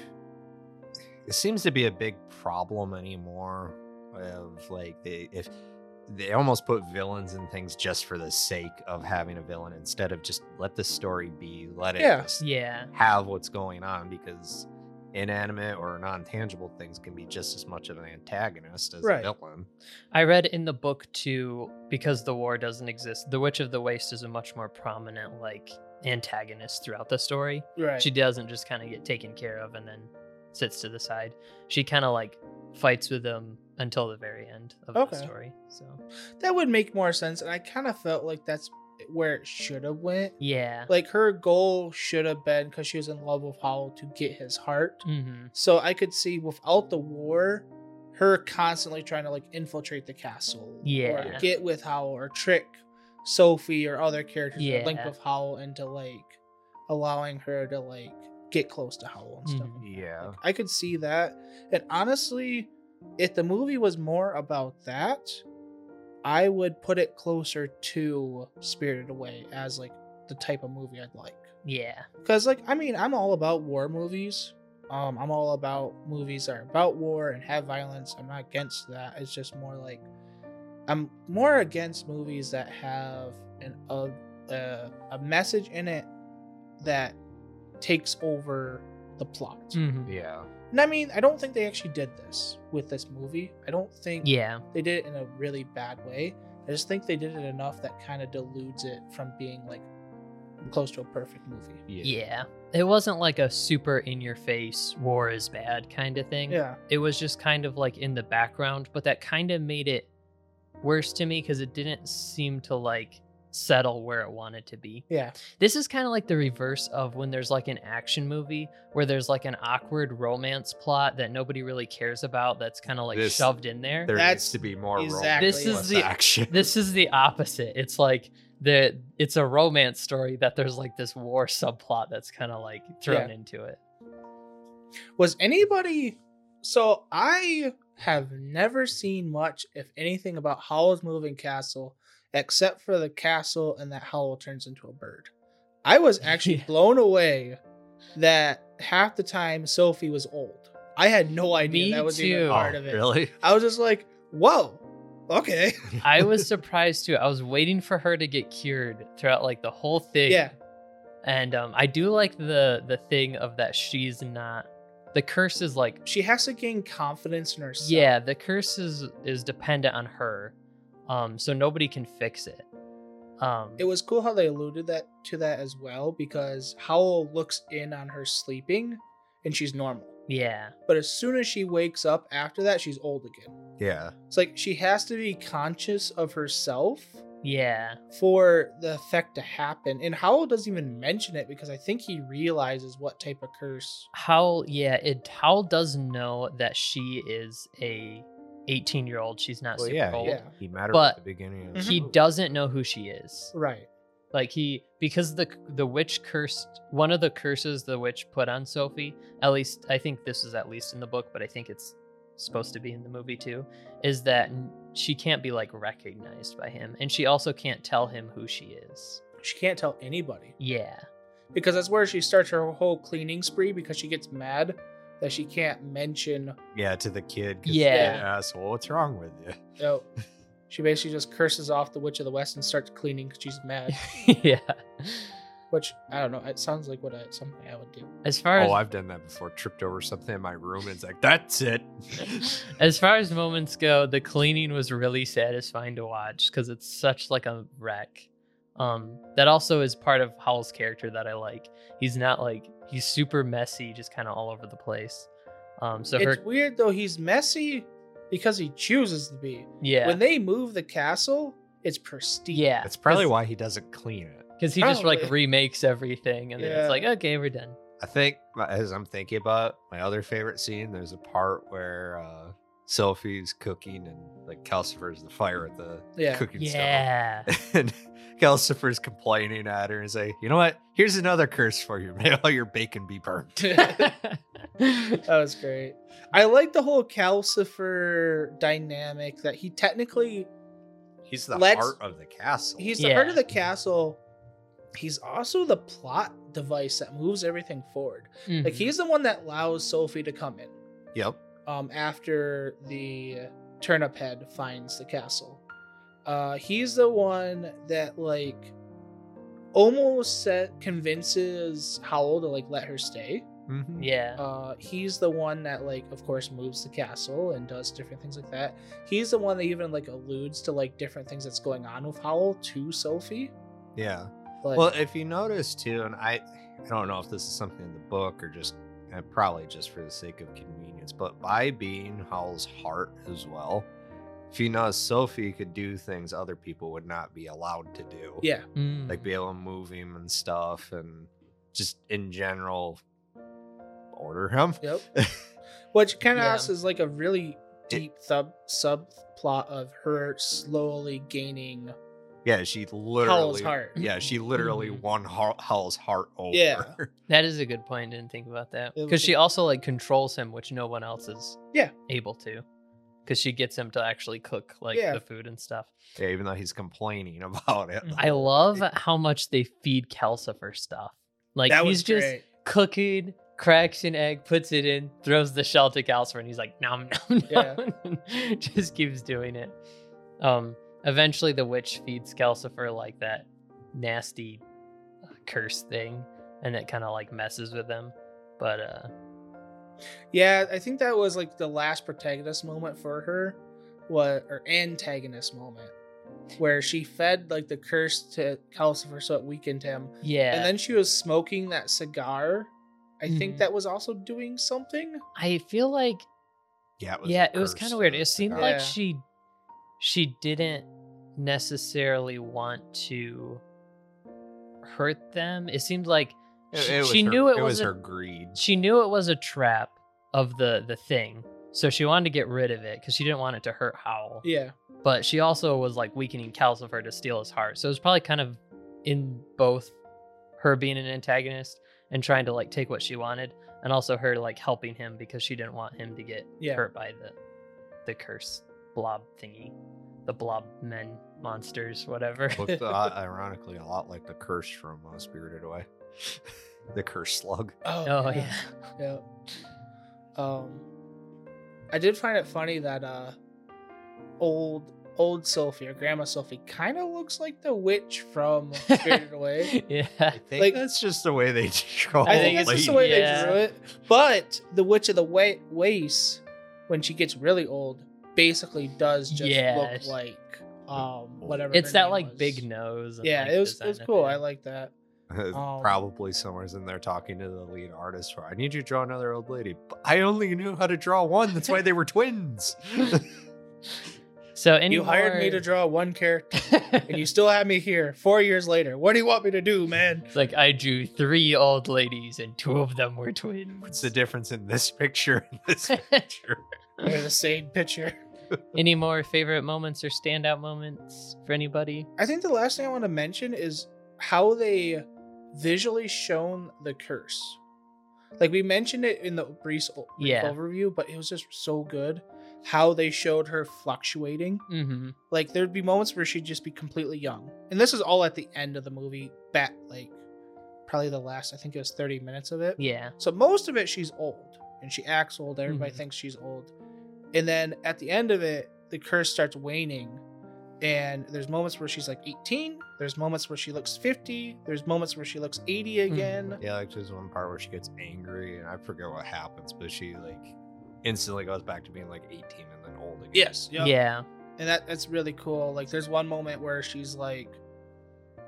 it seems to be a big problem anymore of like the, if they almost put villains in things just for the sake of having a villain instead of just let the story be, let it Yeah. just Yeah. have what's going on because inanimate or non tangible things can be just as much of an antagonist as Right. a villain. I read in the book too, because the war doesn't exist, the Witch of the Waste is a much more prominent like antagonist throughout the story. Right. She doesn't just kind of get taken care of and then sits to the side. She kind of like fights with them until the very end of Okay. the story. So that would make more sense, and I kind of felt like that's where it should have went. yeah, Like her goal should have been because she was in love with Howl to get his heart. hmm So I could see without the war, her constantly trying to like infiltrate the castle. Yeah. Or get with Howl or trick Sophie or other characters yeah. Yeah. linked with Howl into like allowing her to like get close to Howl and stuff. Mhm. like that. Yeah. Like, I could see that. And honestly, if the movie was more about that, I would put it closer to Spirited Away as like the type of movie I'd like yeah, because like i mean i'm all about war movies um i'm all about movies that are about war and have violence i'm not against that it's just more like i'm more against movies that have an a, a, a message in it that takes over the plot Mhm. Yeah. and i mean i don't think they actually did this with this movie i don't think yeah, they did it in a really bad way i just think they did it enough that kind of deludes it from being like close to a perfect movie yeah, It wasn't like a super in your face war is bad kind of thing. yeah it was just kind of like in the background, but that kind of made it worse to me because it didn't seem to like settle where it wanted to be. yeah This is kind of like the reverse of when there's like an action movie where there's like an awkward romance plot that nobody really cares about that's kind of like This- shoved in there. There That's needs to be more exactly- This is romance the- action. This is the opposite. It's like the it's a romance story that there's like this war subplot that's kind of like thrown into it. Was anybody so I have never seen much, if anything, about Howl's moving castle, except for the castle and that Howl turns into a bird. I (laughs) was actually Yeah. blown away that half the time Sophie was old. I had no idea Me that was too. even part (laughs) Oh, of it. Really? I was just like, whoa, okay. (laughs) I was surprised too. I was waiting for her to get cured throughout like the whole thing. Yeah. And um, I do like the the thing of that she's not the curse is like She has to gain confidence in herself. yeah the curse is is dependent on her, um so nobody can fix it. Um, It was cool how they alluded that to that as well because Howl looks in on her sleeping and she's normal. yeah but as soon as she wakes up after that, she's old again. (laughs) Yeah. It's like she has to be conscious of herself yeah for the effect to happen. And Howell doesn't even mention it because I think he realizes what type of curse. Howl yeah it Howl does know that she is a eighteen year old. She's not Well, super yeah, Mm-hmm. old. Yeah, Mm-hmm. He mattered But at the beginning of the He movie. doesn't know who she is. right. like he because the the witch cursed one of the curses the witch put on sophie at least i think this is at least in the book but i think it's supposed to be in the movie too is that n- she can't be like recognized by him and she also can't tell him who she is She can't tell anybody yeah (laughs) because that's where she starts her whole cleaning spree because she gets mad that she can't mention. Yeah, to the kid. 'cause Yeah. the Asshole, what's wrong with you? Oh, she basically just curses off the Witch of the West and starts cleaning because she's mad. yeah Which I don't know. It sounds like what I, something I would do. as far as Oh, I've done that before. Tripped over something in my room, and it's like, (laughs) that's it. as far as moments go the cleaning was really satisfying to watch because it's such like a wreck um that also is part of howl's character that i like he's not like he's super messy just kind of all over the place um so it's her weird though. He's messy because he chooses to be. yeah When they move the castle, it's pristine. yeah That's probably why he doesn't clean it. because he just like probably. remakes everything and then Yeah. it's like okay we're done I think my- as I'm thinking about my other favorite scene, there's a part where uh, Sophie's cooking and like Calcifer's the fire at the Yeah. (laughs) cooking yeah (laughs) stove. (laughs) And Calcifer's complaining at her and say, you know what? Here's another curse for you. (laughs) May all your bacon be burnt. that Mm. was great. I like the whole Calcifer dynamic that he technically He's the Let's- heart of the castle. he's the Yeah. heart of the castle. He's also the plot device that moves everything forward. Like Mhm. he's the one that allows Sophie to come in. Yep. Um, after the turnip head finds the castle. Uh, he's the one that like almost set, convinces Howl to like let her stay. Mm-hmm. Yeah. Uh, he's the one that like of course moves the castle and does different things like that. He's the one that even like alludes to like different things that's going on with Howl to Sophie. Yeah. Like, Well, if you notice too, and I, I don't know if this is something in the book or just uh, probably just for the sake of convenience, but by being Howl's heart as well, if you notice, Sophie could do things other people would not be allowed to do. yeah, Mm. like be able to move him and stuff, and just in general, order him. (laughs) yep. (laughs) Which kind of Yeah. is like a really deep sub subplot of her slowly gaining yeah, she literally. Howl's heart. Mm-hmm. (laughs) Yeah, she literally Mhm. won Howl- Howl's heart over. (laughs) Yeah. that is a good point. I didn't think about that It was because she a- also like controls him, which no one else is Yeah. able to, because she gets him to actually cook like Yeah. the food and stuff. yeah, even though he's complaining (laughs) about it. I love how much they feed Calcifer stuff. Like that he's was just great. cooking, cracks an egg, puts it in, throws the shell to Calcifer, and he's like, nom (laughs) nom nom, (laughs) and just keeps doing it. Um, eventually the witch feeds Calcifer like that nasty uh, curse thing, and it kind of like messes with him. But uh, Yeah, I think that was like the last protagonist moment for her, what or antagonist moment, where she fed like the curse to Calcifer so it weakened him, yeah, and then she was smoking that cigar. I think Mhm. that was also doing something. I feel like Yeah, it was yeah, it was cursed kind of weird. to It seemed God. like Yeah. she she didn't necessarily want to hurt them. It seemed like It- she, it was she her- knew it, it was, was her a, (laughs) greed. she knew it was a trap of the the thing. So she wanted to get rid of it because she didn't want it to hurt Howl. Yeah, But she also was like weakening Calcifer to steal his heart. So it was probably kind of in both her being an antagonist and trying to like take what she wanted, and also her like helping him because she didn't want him to get yeah, hurt by the the curse blob thingy, the blob men monsters, whatever. Looked uh, ironically a lot like the curse from uh, Spirited Away, (laughs) the curse slug. (laughs) Oh yeah, (laughs) Yeah. Um, I did find it funny that uh, old old Sophie or Grandma Sophie kind of looks like the witch (laughs) from Spirited Away. yeah. (laughs) I think Like- that's just the way they (laughs) draw. I think it's just the (laughs) way Yeah. they drew it. But the Witch of the Wa- Waste, when she gets really old, basically does just Yes. look like um whatever. It's her that name like was. big nose. And, Yeah, like, it was it design was up cool. there. I like that. Oh. Um, Probably somewhere's in there talking to the lead artist for. I need you to draw another old lady. But I only knew how to draw one. That's why they were twins. (laughs) So any you hired me more- to draw one character, (laughs) and you still have me here four years later. What do you want me to do, man? (laughs) It's like I drew three old ladies and two of them were twins. (laughs) What's the difference in this picture and this (laughs) picture? They're the same picture. (laughs) Any more favorite moments or standout moments for anybody? I think the last thing I want to mention is how they visually shown the curse. Like we mentioned it in the brief, brief Yeah. overview, but it was just so good how they showed her fluctuating. Mm-hmm. Like there'd be moments where she'd just be completely young, and this is all at the end of the movie. Back like probably the last, I think it was thirty minutes of it. Yeah. So most of it, she's old and she acts old. Everybody Mhm. thinks she's old. And then at the end of it, the curse starts waning. And there's moments where she's like 18. There's moments where she looks 50. There's moments where she looks 80 Mm-hmm. again. Yeah, like there's one part where she gets angry, and I forget what happens, but she like instantly goes back to being like 18 and then old again. Yes. yep. Yeah. And that, that's really cool. Like there's one moment where she's like,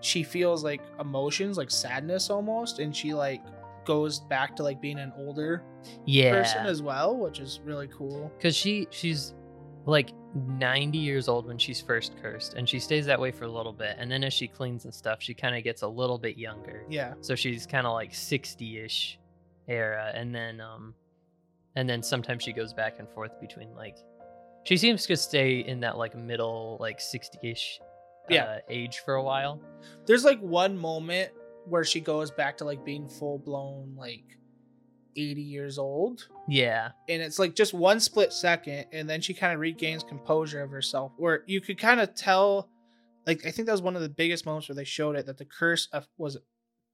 she feels like emotions, like sadness almost. And she like goes back to like being an older person Yeah. as well, which is really cool. Because she she's like 90 years old when she's first cursed, and she stays that way for a little bit, and then as she cleans and stuff, she kind of gets a little bit younger. Yeah. so she's kind of like 60ish era and then um and then sometimes she goes back and forth between like she seems to stay in that like middle like 60ish Yeah. uh, age for a while There's like one moment where she goes back to like being full blown like 80 years old. yeah And it's like just one split second, and then she kind of regains composure of herself. Where you could kind of tell, like I think that was one of the biggest moments where they showed it that the curse of, was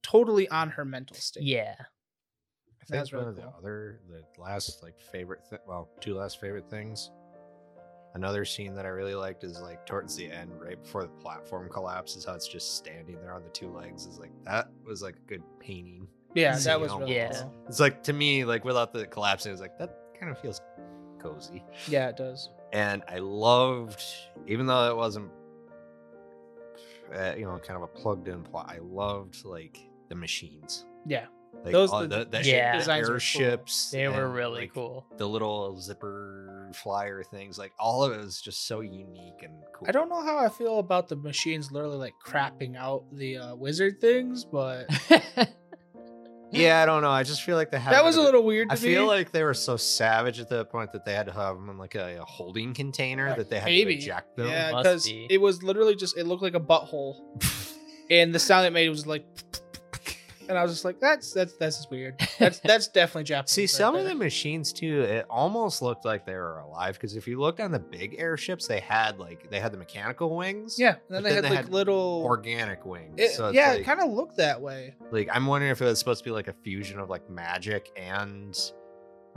totally on her mental state. yeah I think That's one really of the cool. other, the last like favorite, thi- well, two last favorite things. Another scene that I really liked is like towards the end, right before the platform collapses, how it's just standing there on the two legs. Is like that was like a good painting. Yeah, Scene that was really almost. cool. It's like to me, like without the collapsing, it's like that kind of feels cozy. Yeah, it does. and I loved, even though it wasn't, uh, you know, kind of a plugged-in plot. I loved like the machines, Yeah. like Those- all the- the, the, yeah. the designs were cool. airships. They were and, really like, cool. The little zipper flyer things, like all of it was just so unique and cool. I don't know how I feel about the machines literally like crapping out the uh, wizard things, (laughs) but Yeah, I don't know. I just feel like they had. that was a little weird. To I feel me. like they were so savage at that point that they had to have them in like a, a holding container that they had Maybe. to eject them. yeah, must because be. it was literally just it looked like a (laughs) butthole, and the sound it made was like, and I was just like, that's that's that's just weird. (laughs) That's that's definitely Japanese. See, right some of there. the machines too, it almost looked like they were alive because if you looked on the big airships, they had like they had the mechanical wings, Yeah, and then but they then had they like had little. organic wings. it- so it's yeah, like, it kind of looked that way. like I'm wondering if it was supposed to be like a fusion of like magic and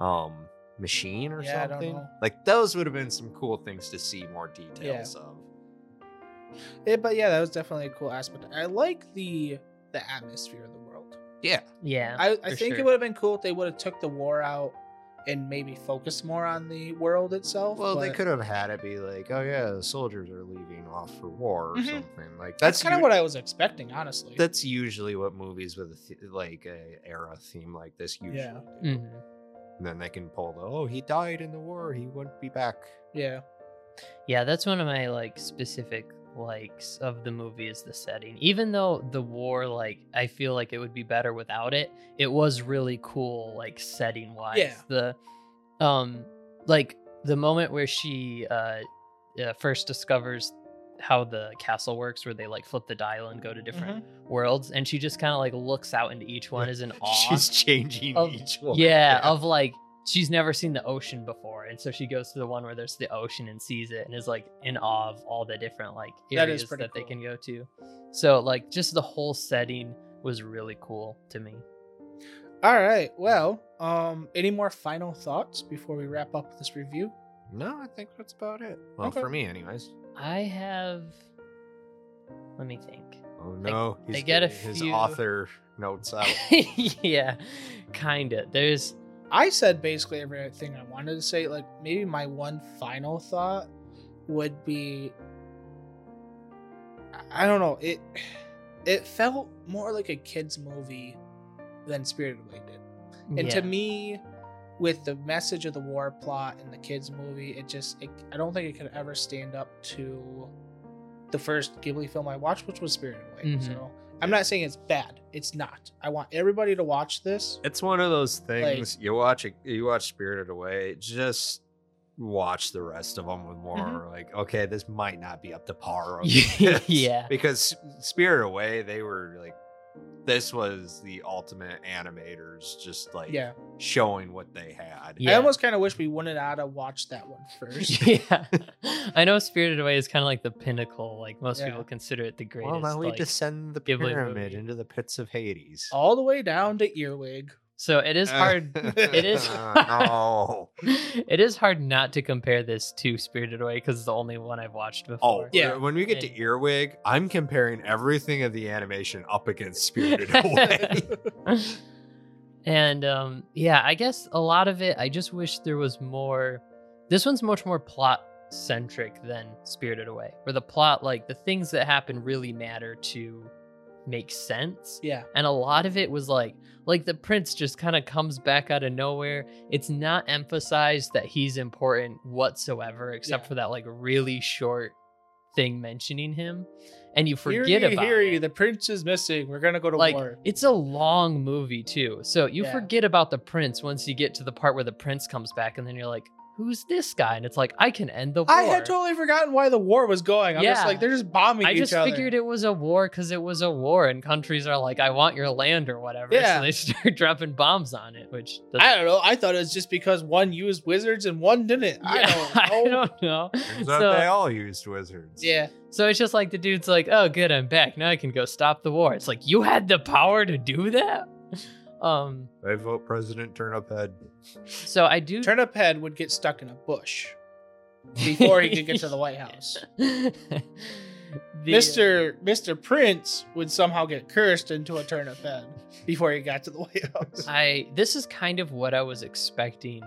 um machine or Yeah, I don't something. know. Like those would have been some cool things to see more details of. It, but yeah, that was definitely a cool aspect. I like the the atmosphere of the world. Yeah, (laughs) yeah. I, I for think it sure. would have been cool if they would have took the war out and maybe focused more on the world itself. well, they but could have had it be like, oh yeah, the soldiers are leaving off for war or Mhm. something. Like That's that's, kind of u- what I was expecting, honestly. that's usually what movies with a th- like a era theme like this usually Yeah. do. Mhm. And then they can pull the oh he died in the war he wouldn't (laughs) be back. yeah, Yeah, that's one of my like specific likes of the movie is the setting. Even though the war, like, I feel like it would be better without it. It was really cool, like setting wise. Yeah. The, um, like the moment where she uh, uh first discovers how the castle works, where they like flip the dial and go to different worlds, and she just kind of like looks out into each one is in awe. (laughs) She's changing Of- each one. Yeah, of like she's never seen the ocean before, and so she goes to the one where there's the ocean and sees it and is like in awe of all the different like That areas is that, pretty they cool. can go to. So like just the whole setting was really cool to me. All right. Well, um, any more final thoughts before we wrap up this review? No, I think that's about it. Well, Okay. for me, anyways. I have let me think. Oh no, they get a getting his few- author notes out. (laughs) yeah, kinda. There's I said basically everything I wanted to say. Like maybe my one final thought would be I- I don't know, it (sighs) it felt more like a kids movie than Spirited Away did. And yeah, to (laughs) me with the message of the war plot in the kids movie, it just it, I don't think it could ever stand up to the first Ghibli film I watched, which was Spirited Away. Mhm. So I'm not saying it's bad. It's not. I want everybody to watch this. It's one of those things you watch. it- You watch Spirited Away. Just watch the rest of them with more Mm-hmm. like, okay, this might not be up (laughs) to par. of this. Yeah. (laughs) because Spirited Away, they were like, this was the ultimate animators, just like Yeah. showing what they had. Yeah. I almost kind of wish we wouldn't have to watch that one (laughs) first. yeah. I know Spirited Away is kind of like the pinnacle. Like most Yeah. people consider it the greatest. Well, now we like- descend the Ghibli pyramid movie. into the pits of Hades. All the way down to earwig. so it Uh. is (laughs) hard (laughs) it is- (laughs) oh, it is hard not to compare this to Spirited Away because it's the only one I've watched oh, before. Yeah. yeah. When we get And- to Earwig, I'm comparing everything of the animation up (laughs) against Spirited Away. (laughs) and um, yeah, I guess a lot of it, I just wish there was more. This one's much more plot centric than Spirited Away, where the plot, like the things that happen, really matter to make sense. Yeah. and a lot of it was like like the prince just kind of comes back out of nowhere it's not emphasized that he's important whatsoever except Yeah. for that like really short thing mentioning him and you Hear forget ye, about hear it. ye, the prince is missing. We're gonna go to like war. it's a long movie too so you Yeah. forget about the prince once you get to the part where the prince comes back and then you're like who's this guy and it's like i can end the war I had totally forgotten why the war was going. I'm just Yeah. like they're just bombing I each just other. figured it was a war because it was a war, and countries are like, "I want your land" or whatever. Yeah. So they (laughs) start dropping bombs on it, which doesn't- (laughs) I don't know. I thought it was just because one used wizards and one didn't. I Yeah, don't know. (laughs) I don't know. Turns out they So, all used wizards. Yeah. so it's just like the dude's like, "Oh, good, I'm back. Now I can go stop the war." It's like you had the power to do that. (laughs) Um, I vote President Turnip Head. so I do. Turnip Head would get stuck in a bush. before he could get to the White House. (laughs) (laughs) The- Mr. Mr. Prince would somehow get cursed into a turnip bed before he got to the White (laughs) House. I this is kind of what I was expecting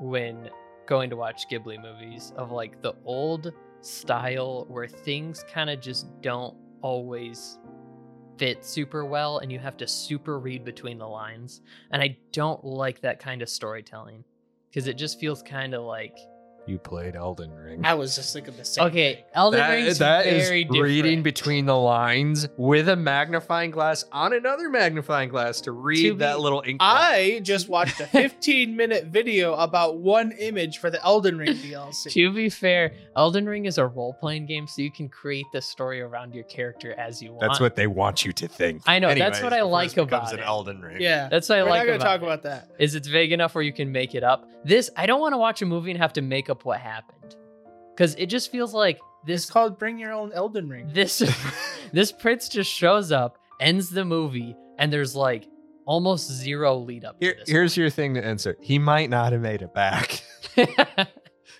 when going to watch Ghibli movies of like the old style where things kind of just don't always fit super well and you have to super read between the lines and I don't like that kind of storytelling because it just feels kind of like You played Elden Ring. I was just thinking the same. okay Elden Ring's that is very different. reading between the lines with a magnifying glass on another magnifying glass to read To that be- little ink. I just watched a 15 minute video about one image for the Elden Ring (laughs) DLC. to be fair, Elden Ring is a role-playing game, so you can create the story around your character as you want. That's what they want you to think. I know, that's Anyways, what I before like this becomes about an it. Elden Ring. Yeah. That's what I We're like not going to about talk it. about that. Is it's vague enough where you can make it up. This I don't want to watch a movie and have to make up what happened, because it just feels like It's this called Bring Your Own Elden Ring. (laughs) this this prince just shows up, ends the movie, and there's like almost zero lead up. Here, to this (laughs) here's your thing to answer. He might not have made it back.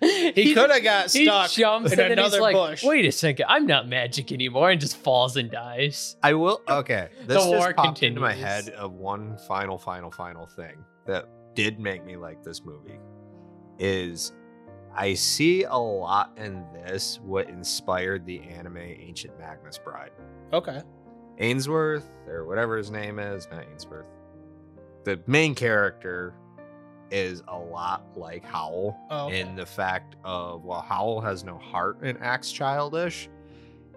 he He could have got He stuck. jumps in and then another he's like, bush. "Wait a second, I'm not magic anymore," and just falls and dies. I will. Okay. This uh, the just war popped into my continues. head of one final, final, final thing that did make me like this movie is I see a lot in this what inspired the anime Ancient Magnus Bride. Okay. Ainsworth or whatever his name is, not Ainsworth. The main character is a lot like Howl Oh, okay. in the fact of well, Howl has no heart and acts childish.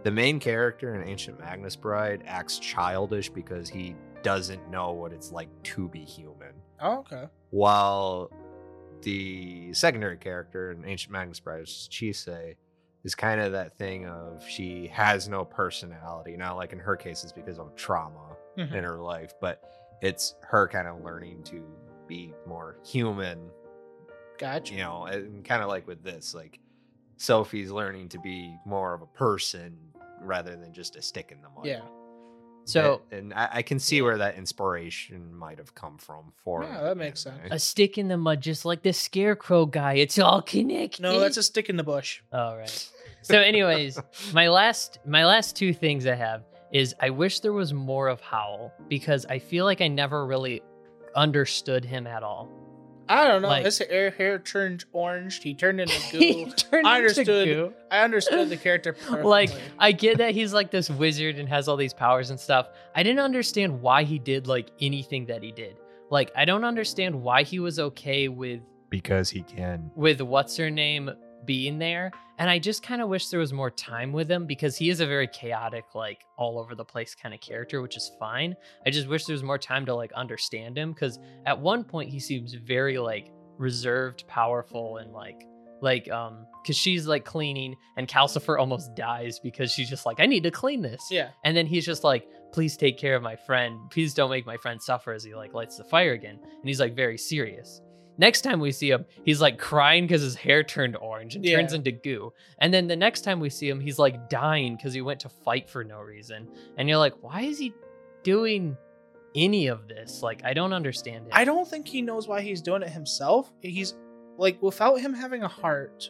The main character in Ancient Magnus Bride acts childish because he doesn't know what it's like to be human. Oh, okay. While the secondary character in Ancient Magnus Bride, which is Chisei, is kind of that thing of she has no personality. Now, like in her case, it's because of trauma Mhm. in her life, but it's her kind of learning to be more human Gotcha. you know, and kind of like with this, like Sophie's learning to be more of a person rather than just a stick in the mud. Yeah. So and, and I, I can see where that inspiration might have come from. For eh? Yeah, that makes sense. a stick in the mud, just like the scarecrow guy. It's all connected. No, that's a stick in the bush. All right. So, (laughs) anyways, my last my last two things I have is I wish there was more of Howl because I feel like I never really understood him at all. I don't know. Like- His hair, hair turned orange. He turned (laughs) into He goo. turned I into understood goo. I understood the (laughs) character perfectly. Like I get that he's like this wizard and has all these powers and stuff. I didn't understand why he did like anything that he did. Like I don't understand why he was okay with because he can. with what's her name being there and i just kind of wish there was more time with him because he is a very chaotic like all over the place kind of character which is fine i just wish there was more time to like understand him because at one point he seems very like reserved powerful and like like um because she's like cleaning and calcifer almost dies because she's just like i need to clean this yeah. and then he's just like, please take care of my friend. Please don't make my friend suffer as he like lights the fire again. And he's like very serious. Next time we see him, he's like crying because his hair turned orange and turns Yeah. into goo. And then the next time we see him, he's like dying because he went to fight for no reason. And you're like, why is he doing any of this? Like, I don't understand it. I don't think he knows why he's doing it himself. He's like without him having a heart.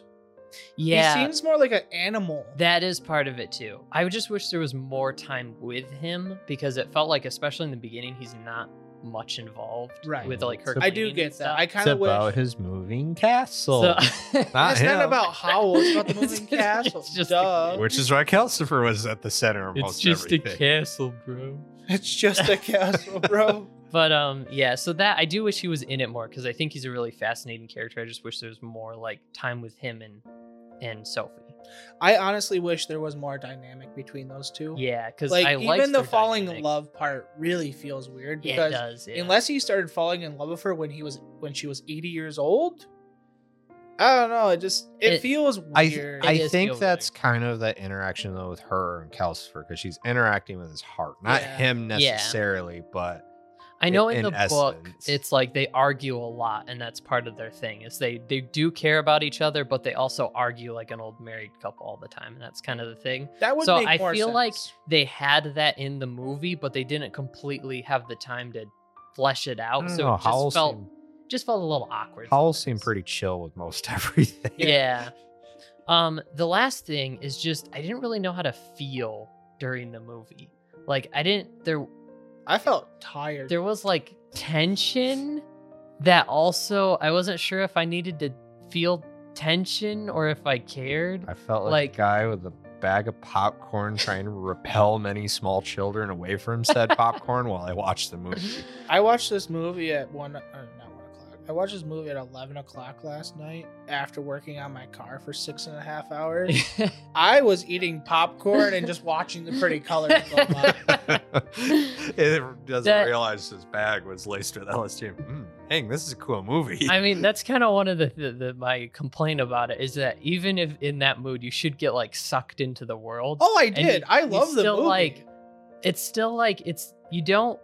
Yeah. He seems more like an animal. That is part of it too. I would just wish there was more time with him because it felt like, especially in the beginning, he's not much involved Right. with like her. I I do cleaning and get that. stuff. I kind of wish. his moving castle. so, (laughs) Not It's him. not about Howl. It's about the It's moving just- castle. it's just (laughs) a (laughs) Duh. kid. Which is why Calcifer was at the center of most everything. castle, bro. It's just (laughs) a castle, bro. But um, yeah. So that I do wish he was in it more because I think he's a really fascinating character. I just wish there was more like time with him and and Sophie. I honestly wish there was more dynamic between those two. Yeah, because Like I liked even the their falling in dynamic. love part really feels weird Yeah, it because does. yeah. unless he started falling in love with her when he was when she was 80 years old i don't know it just it, It- feels I, weird It I is think feel that's kind of that interaction though with her and Calcifer because she's interacting with his heart, not Yeah. him Yeah. necessarily, but I know in, in the book essence. it's like they argue a lot and that's part of their thing is they they do care about each other but they also argue like an old married couple all the time and that's kind of the thing. that would so make I more feel like- sense. They had that in the movie but they didn't completely have the time to flesh it I out don't Oh, so know, it just Howl felt Mm. Oh, seemed- just felt a little awkward. Howl sometimes. seemed pretty chill with most (laughs) everything. (laughs) Yeah. Um, the last thing is just I didn't really know how to feel during the movie. Like I didn't there I felt tired. there was like tension that also I wasn't sure if I needed to feel tension or if I cared. I felt like, Like- a guy with a bag of popcorn trying to repel many small children away (laughs) from said popcorn while I watched the movie. (laughs) I watched this movie at one, or not one o'clock. I watched this movie at eleven o'clock last night after working on my car for six and a half hours. (laughs) I was eating popcorn and just watching the pretty colors (laughs) go by. it doesn't That- realize his bag was laced with LSD. Mm, dang, this is a cool movie. (laughs) I mean, that's kind of one of the, the, the my complaint about it is that even if in that mood you should get like sucked into the world, Oh, I you- did. I you love the still, movie. like- it's still like it's you don't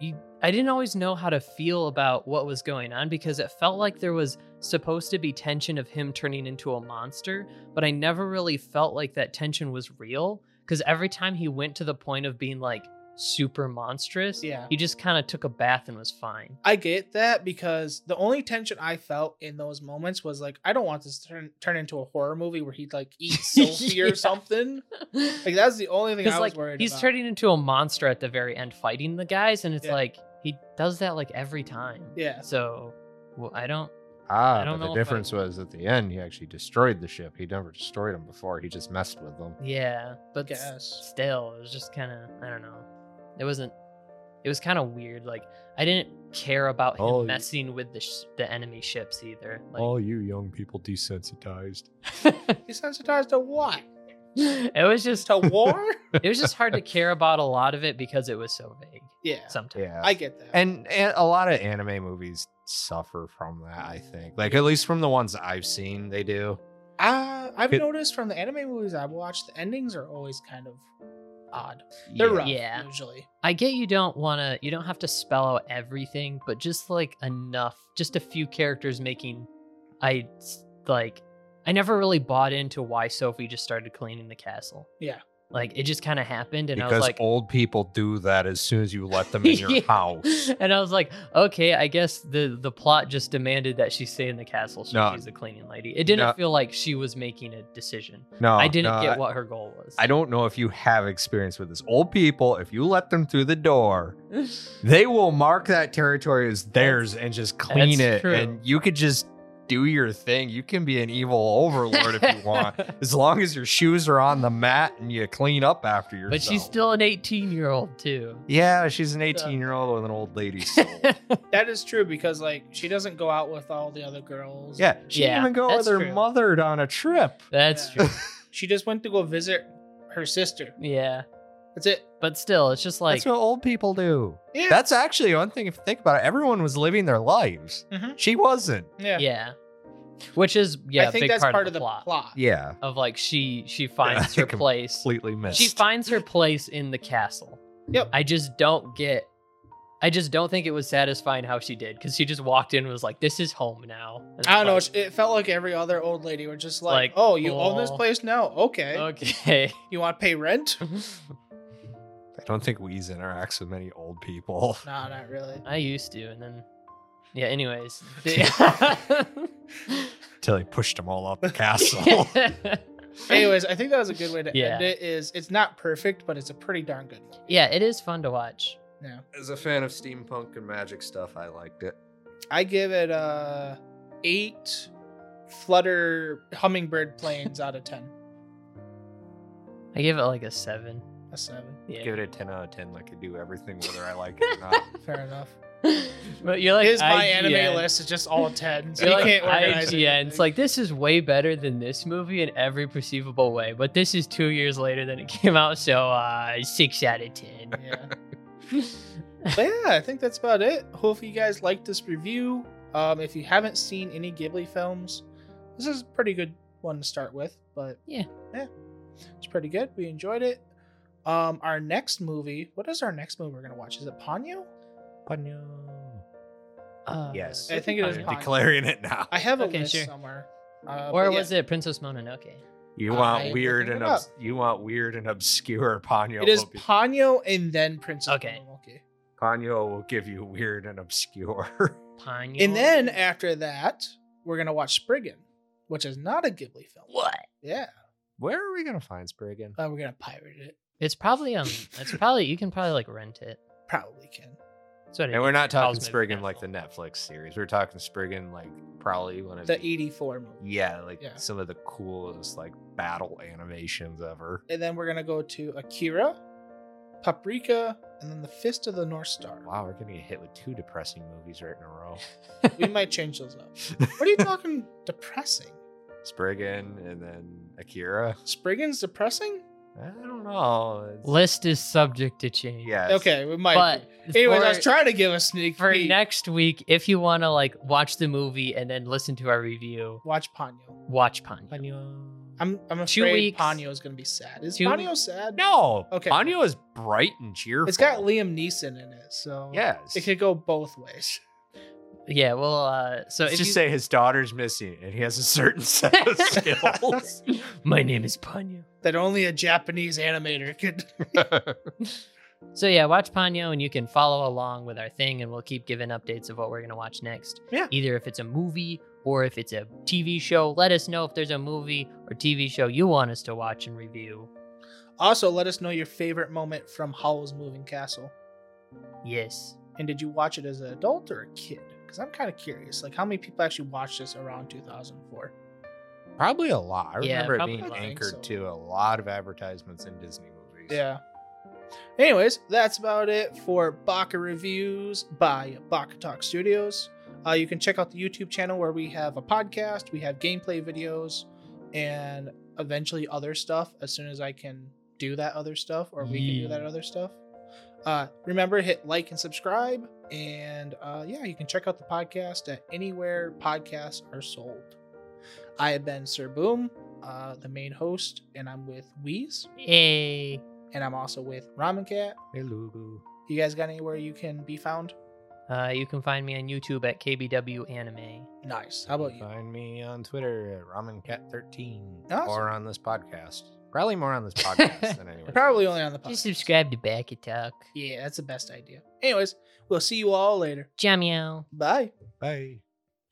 you I didn't always know how to feel about what was going on because it felt like there was supposed to be tension of him turning into a monster, but I never really felt like that tension was real because every time he went to the point of being like super monstrous, Yeah. he just kind of took a bath and was (laughs) fine. I get that because the only tension I felt in those moments was like, I don't want this to turn, turn into a horror movie where he like (laughs) eats Sophie Yeah. or something. Like that's the only thing I was Because like worried he's about. turning into a monster at the very end, fighting the guys, and it's Yeah. like he does that like every time. yeah. So well, I don't. (laughs) ah, I don't but know the if I- difference was at the end, he actually destroyed the ship. He never destroyed them before, he just messed with them. Yeah, but s- Guess. still, it was just kind of I don't know. It wasn't. It was kind of weird. Like I didn't care about him Oh, you- messing with the sh- the enemy ships either. Like you young people desensitized. He's sensitized to what? (laughs) it was just (laughs) To war? it was just (laughs) hard to care about a lot of it because it was so vague. yeah. Sometimes. Yeah. I get that. and, and a lot of anime movies suffer from that, I think. Like, at least from the ones I've seen, they do. Uh, I've Could- noticed from the anime movies I've watched, the endings are always kind of odd. They're rough Yeah. usually. I get you don't want to, you don't have to spell out everything, but just like enough, just a few characters making. I s- like, I never really bought into why Sophie just started cleaning the castle. Yeah. Like it just kind of happened, and I because was like, old people do that as soon as you let them (laughs) in your Yeah. house. (laughs) and I was like, okay, I guess the the plot just demanded that she stay in the castle. So No. she's a cleaning lady. It didn't No. feel like she was making a decision. No, I didn't no, get what her goal was. (laughs) I don't know if you have experience with this. Old people, if you let them through the (laughs) door, they will mark that territory as theirs and just clean that's it. true. And you could just do your thing. You can be an evil overlord if (laughs) you want, as long as your shoes are on the mat and you clean up after yourself. but she's still an eighteen year old too. Yeah, she's an 18 year old with an old (laughs) lady soul. That is true because like she doesn't go out with all the other girls. Yeah, she Yeah, didn't even go that's with her true. mothered on a trip. That's Yeah. true. She just went to go visit her sister. Yeah. That's it. But still, it's just like That's what old people do. Yeah. That's actually one thing if you think about it. Everyone was living their lives. Mm-hmm. Mhm. She wasn't. yeah. yeah, which is yeah, I think big that's part, of the, plot. Yeah, of like she she finds (laughs) I her place. completely missed. She finds her place in the castle. Yep. I just don't get. I just don't think it was satisfying how she did because she just walked in and was like, "This is home now." And it's I don't know. like, it's- It felt like every other old lady was just like, Like, "Oh, you own this cool. place now? Okay. Okay. (laughs) You want to pay rent? I don't think Wheeze interacts with many old people. (laughs) no, not (laughs) really. I used to, and then yeah. Anyways. The- Until he pushed them all (laughs) out the (laughs) castle. Anyways, I think that was a good way to Yeah. end it. Is it's not perfect, but it's a pretty darn good. one. yeah, it is fun to watch. Yeah. As a fan of steampunk and magic stuff, I liked it. I give it uh eight flutter hummingbird planes out of ten. I give it like a seven. A seven. Yeah. Give it a 10 out of 10, like I do everything, whether I like it or not. (laughs) Fair enough. but you're like His my anime IGN. list is just all tens. You're You like can't organize IGN. it. It's like this is way better than this movie in every perceivable way, but this is two years later than it (laughs) came out, so uh, six out of (laughs) ten. yeah. (laughs) but yeah, I think that's about it. Hopefully, you guys liked this review. Um, if you haven't seen any Ghibli films, this is a pretty good one to start with. But Yeah. yeah, it's pretty good. We enjoyed it. Um, our next movie. What is our next movie we're gonna watch? Is it Ponyo? Uh, Yes. I think it is Okay. Ponyo. Declaring it now. I have a Okay, list sure. somewhere. Uh, Or but yeah, was it Princess Mononoke? You I want will weird look and it obs- you want weird and obscure Ponyo. It is will be- Ponyo and then Princess Okay. Mononoke. Ponyo will give you weird and obscure. (laughs) Ponyo. And then after that, we're gonna watch Spriggan, which is not a Ghibli film. what? Yeah, Where are we gonna find Spriggan? uh, we're gonna pirate it. It's probably um. It's probably you can probably like rent it. Probably can. That's what I And we're not talking Cosmic Spriggan like the Apple. Netflix series. We're talking Spriggan like probably one of The '84 movie, yeah, like Yeah. some of the coolest like battle animations ever. and then we're gonna go to Akira, Paprika, and then the Fist of the North Star. Wow, we're gonna get hit with two depressing movies right in a row. We might change those (laughs) up. What are you talking? depressing. Spriggan and then Akira. Spriggan's depressing. I don't know. It's- (laughs) list is subject to change. Yes. Okay, we might. But Anyways, I for- was trying to give a sneak for peek. next week, if you want to like watch the movie and then listen to our review, Watch Ponyo. watch Ponyo. I'm I'm afraid Two weeks. Ponyo is gonna be sad. Is Two- Ponyo sad? No. Okay. Ponyo is bright and cheerful. It's got Liam Neeson in it, so Yes. it could go both ways. (laughs) Yeah, well, uh, so Let's if just you- say his daughter's missing and he has a certain (laughs) set (laughs) of skills. my name is Ponyo. That only a Japanese animator could. (laughs) So yeah, watch Ponyo, and you can follow along with our thing, and we'll keep giving updates of what we're gonna watch next. Yeah. Either if it's a movie or if it's a TV show, let us know if there's a movie or TV show you want us to watch and review. Also, let us know your favorite moment from Howl's Moving Castle, Yes. and did you watch it as an adult or a kid? Because I'm kind of curious, like how many people actually watched this around 2004? (laughs) probably a lot. I Yeah, remember it probably being a lot. anchored I think so. to a lot of advertisements in Disney movies. Yeah. Anyways, that's about it for Baka Reviews by Baka Talk Studios. Uh, you can check out the YouTube channel where we have a podcast, we have gameplay videos, and eventually other stuff as soon as I can do that other stuff or we can do Yeah. that other stuff. Uh, remember, hit like and subscribe. And uh, yeah, you can check out the podcast at anywhere podcasts are sold. I have been Sir Boom, uh, the main host, and I'm with Wheeze Hey. and I'm also with Ramen Cat. Hey, Lugu. You guys got anywhere you can be found? Uh, you can find me on YouTube at KBW Anime. Nice. How about you? Find me on Twitter at RamenCat13 Awesome. or on this podcast. Probably more (laughs) on this podcast than anywhere. Probably only on the podcast. Just subscribe to Back Attack. Yeah, that's the best idea. Anyways, we'll see you all later. Jam meow. Bye. Bye.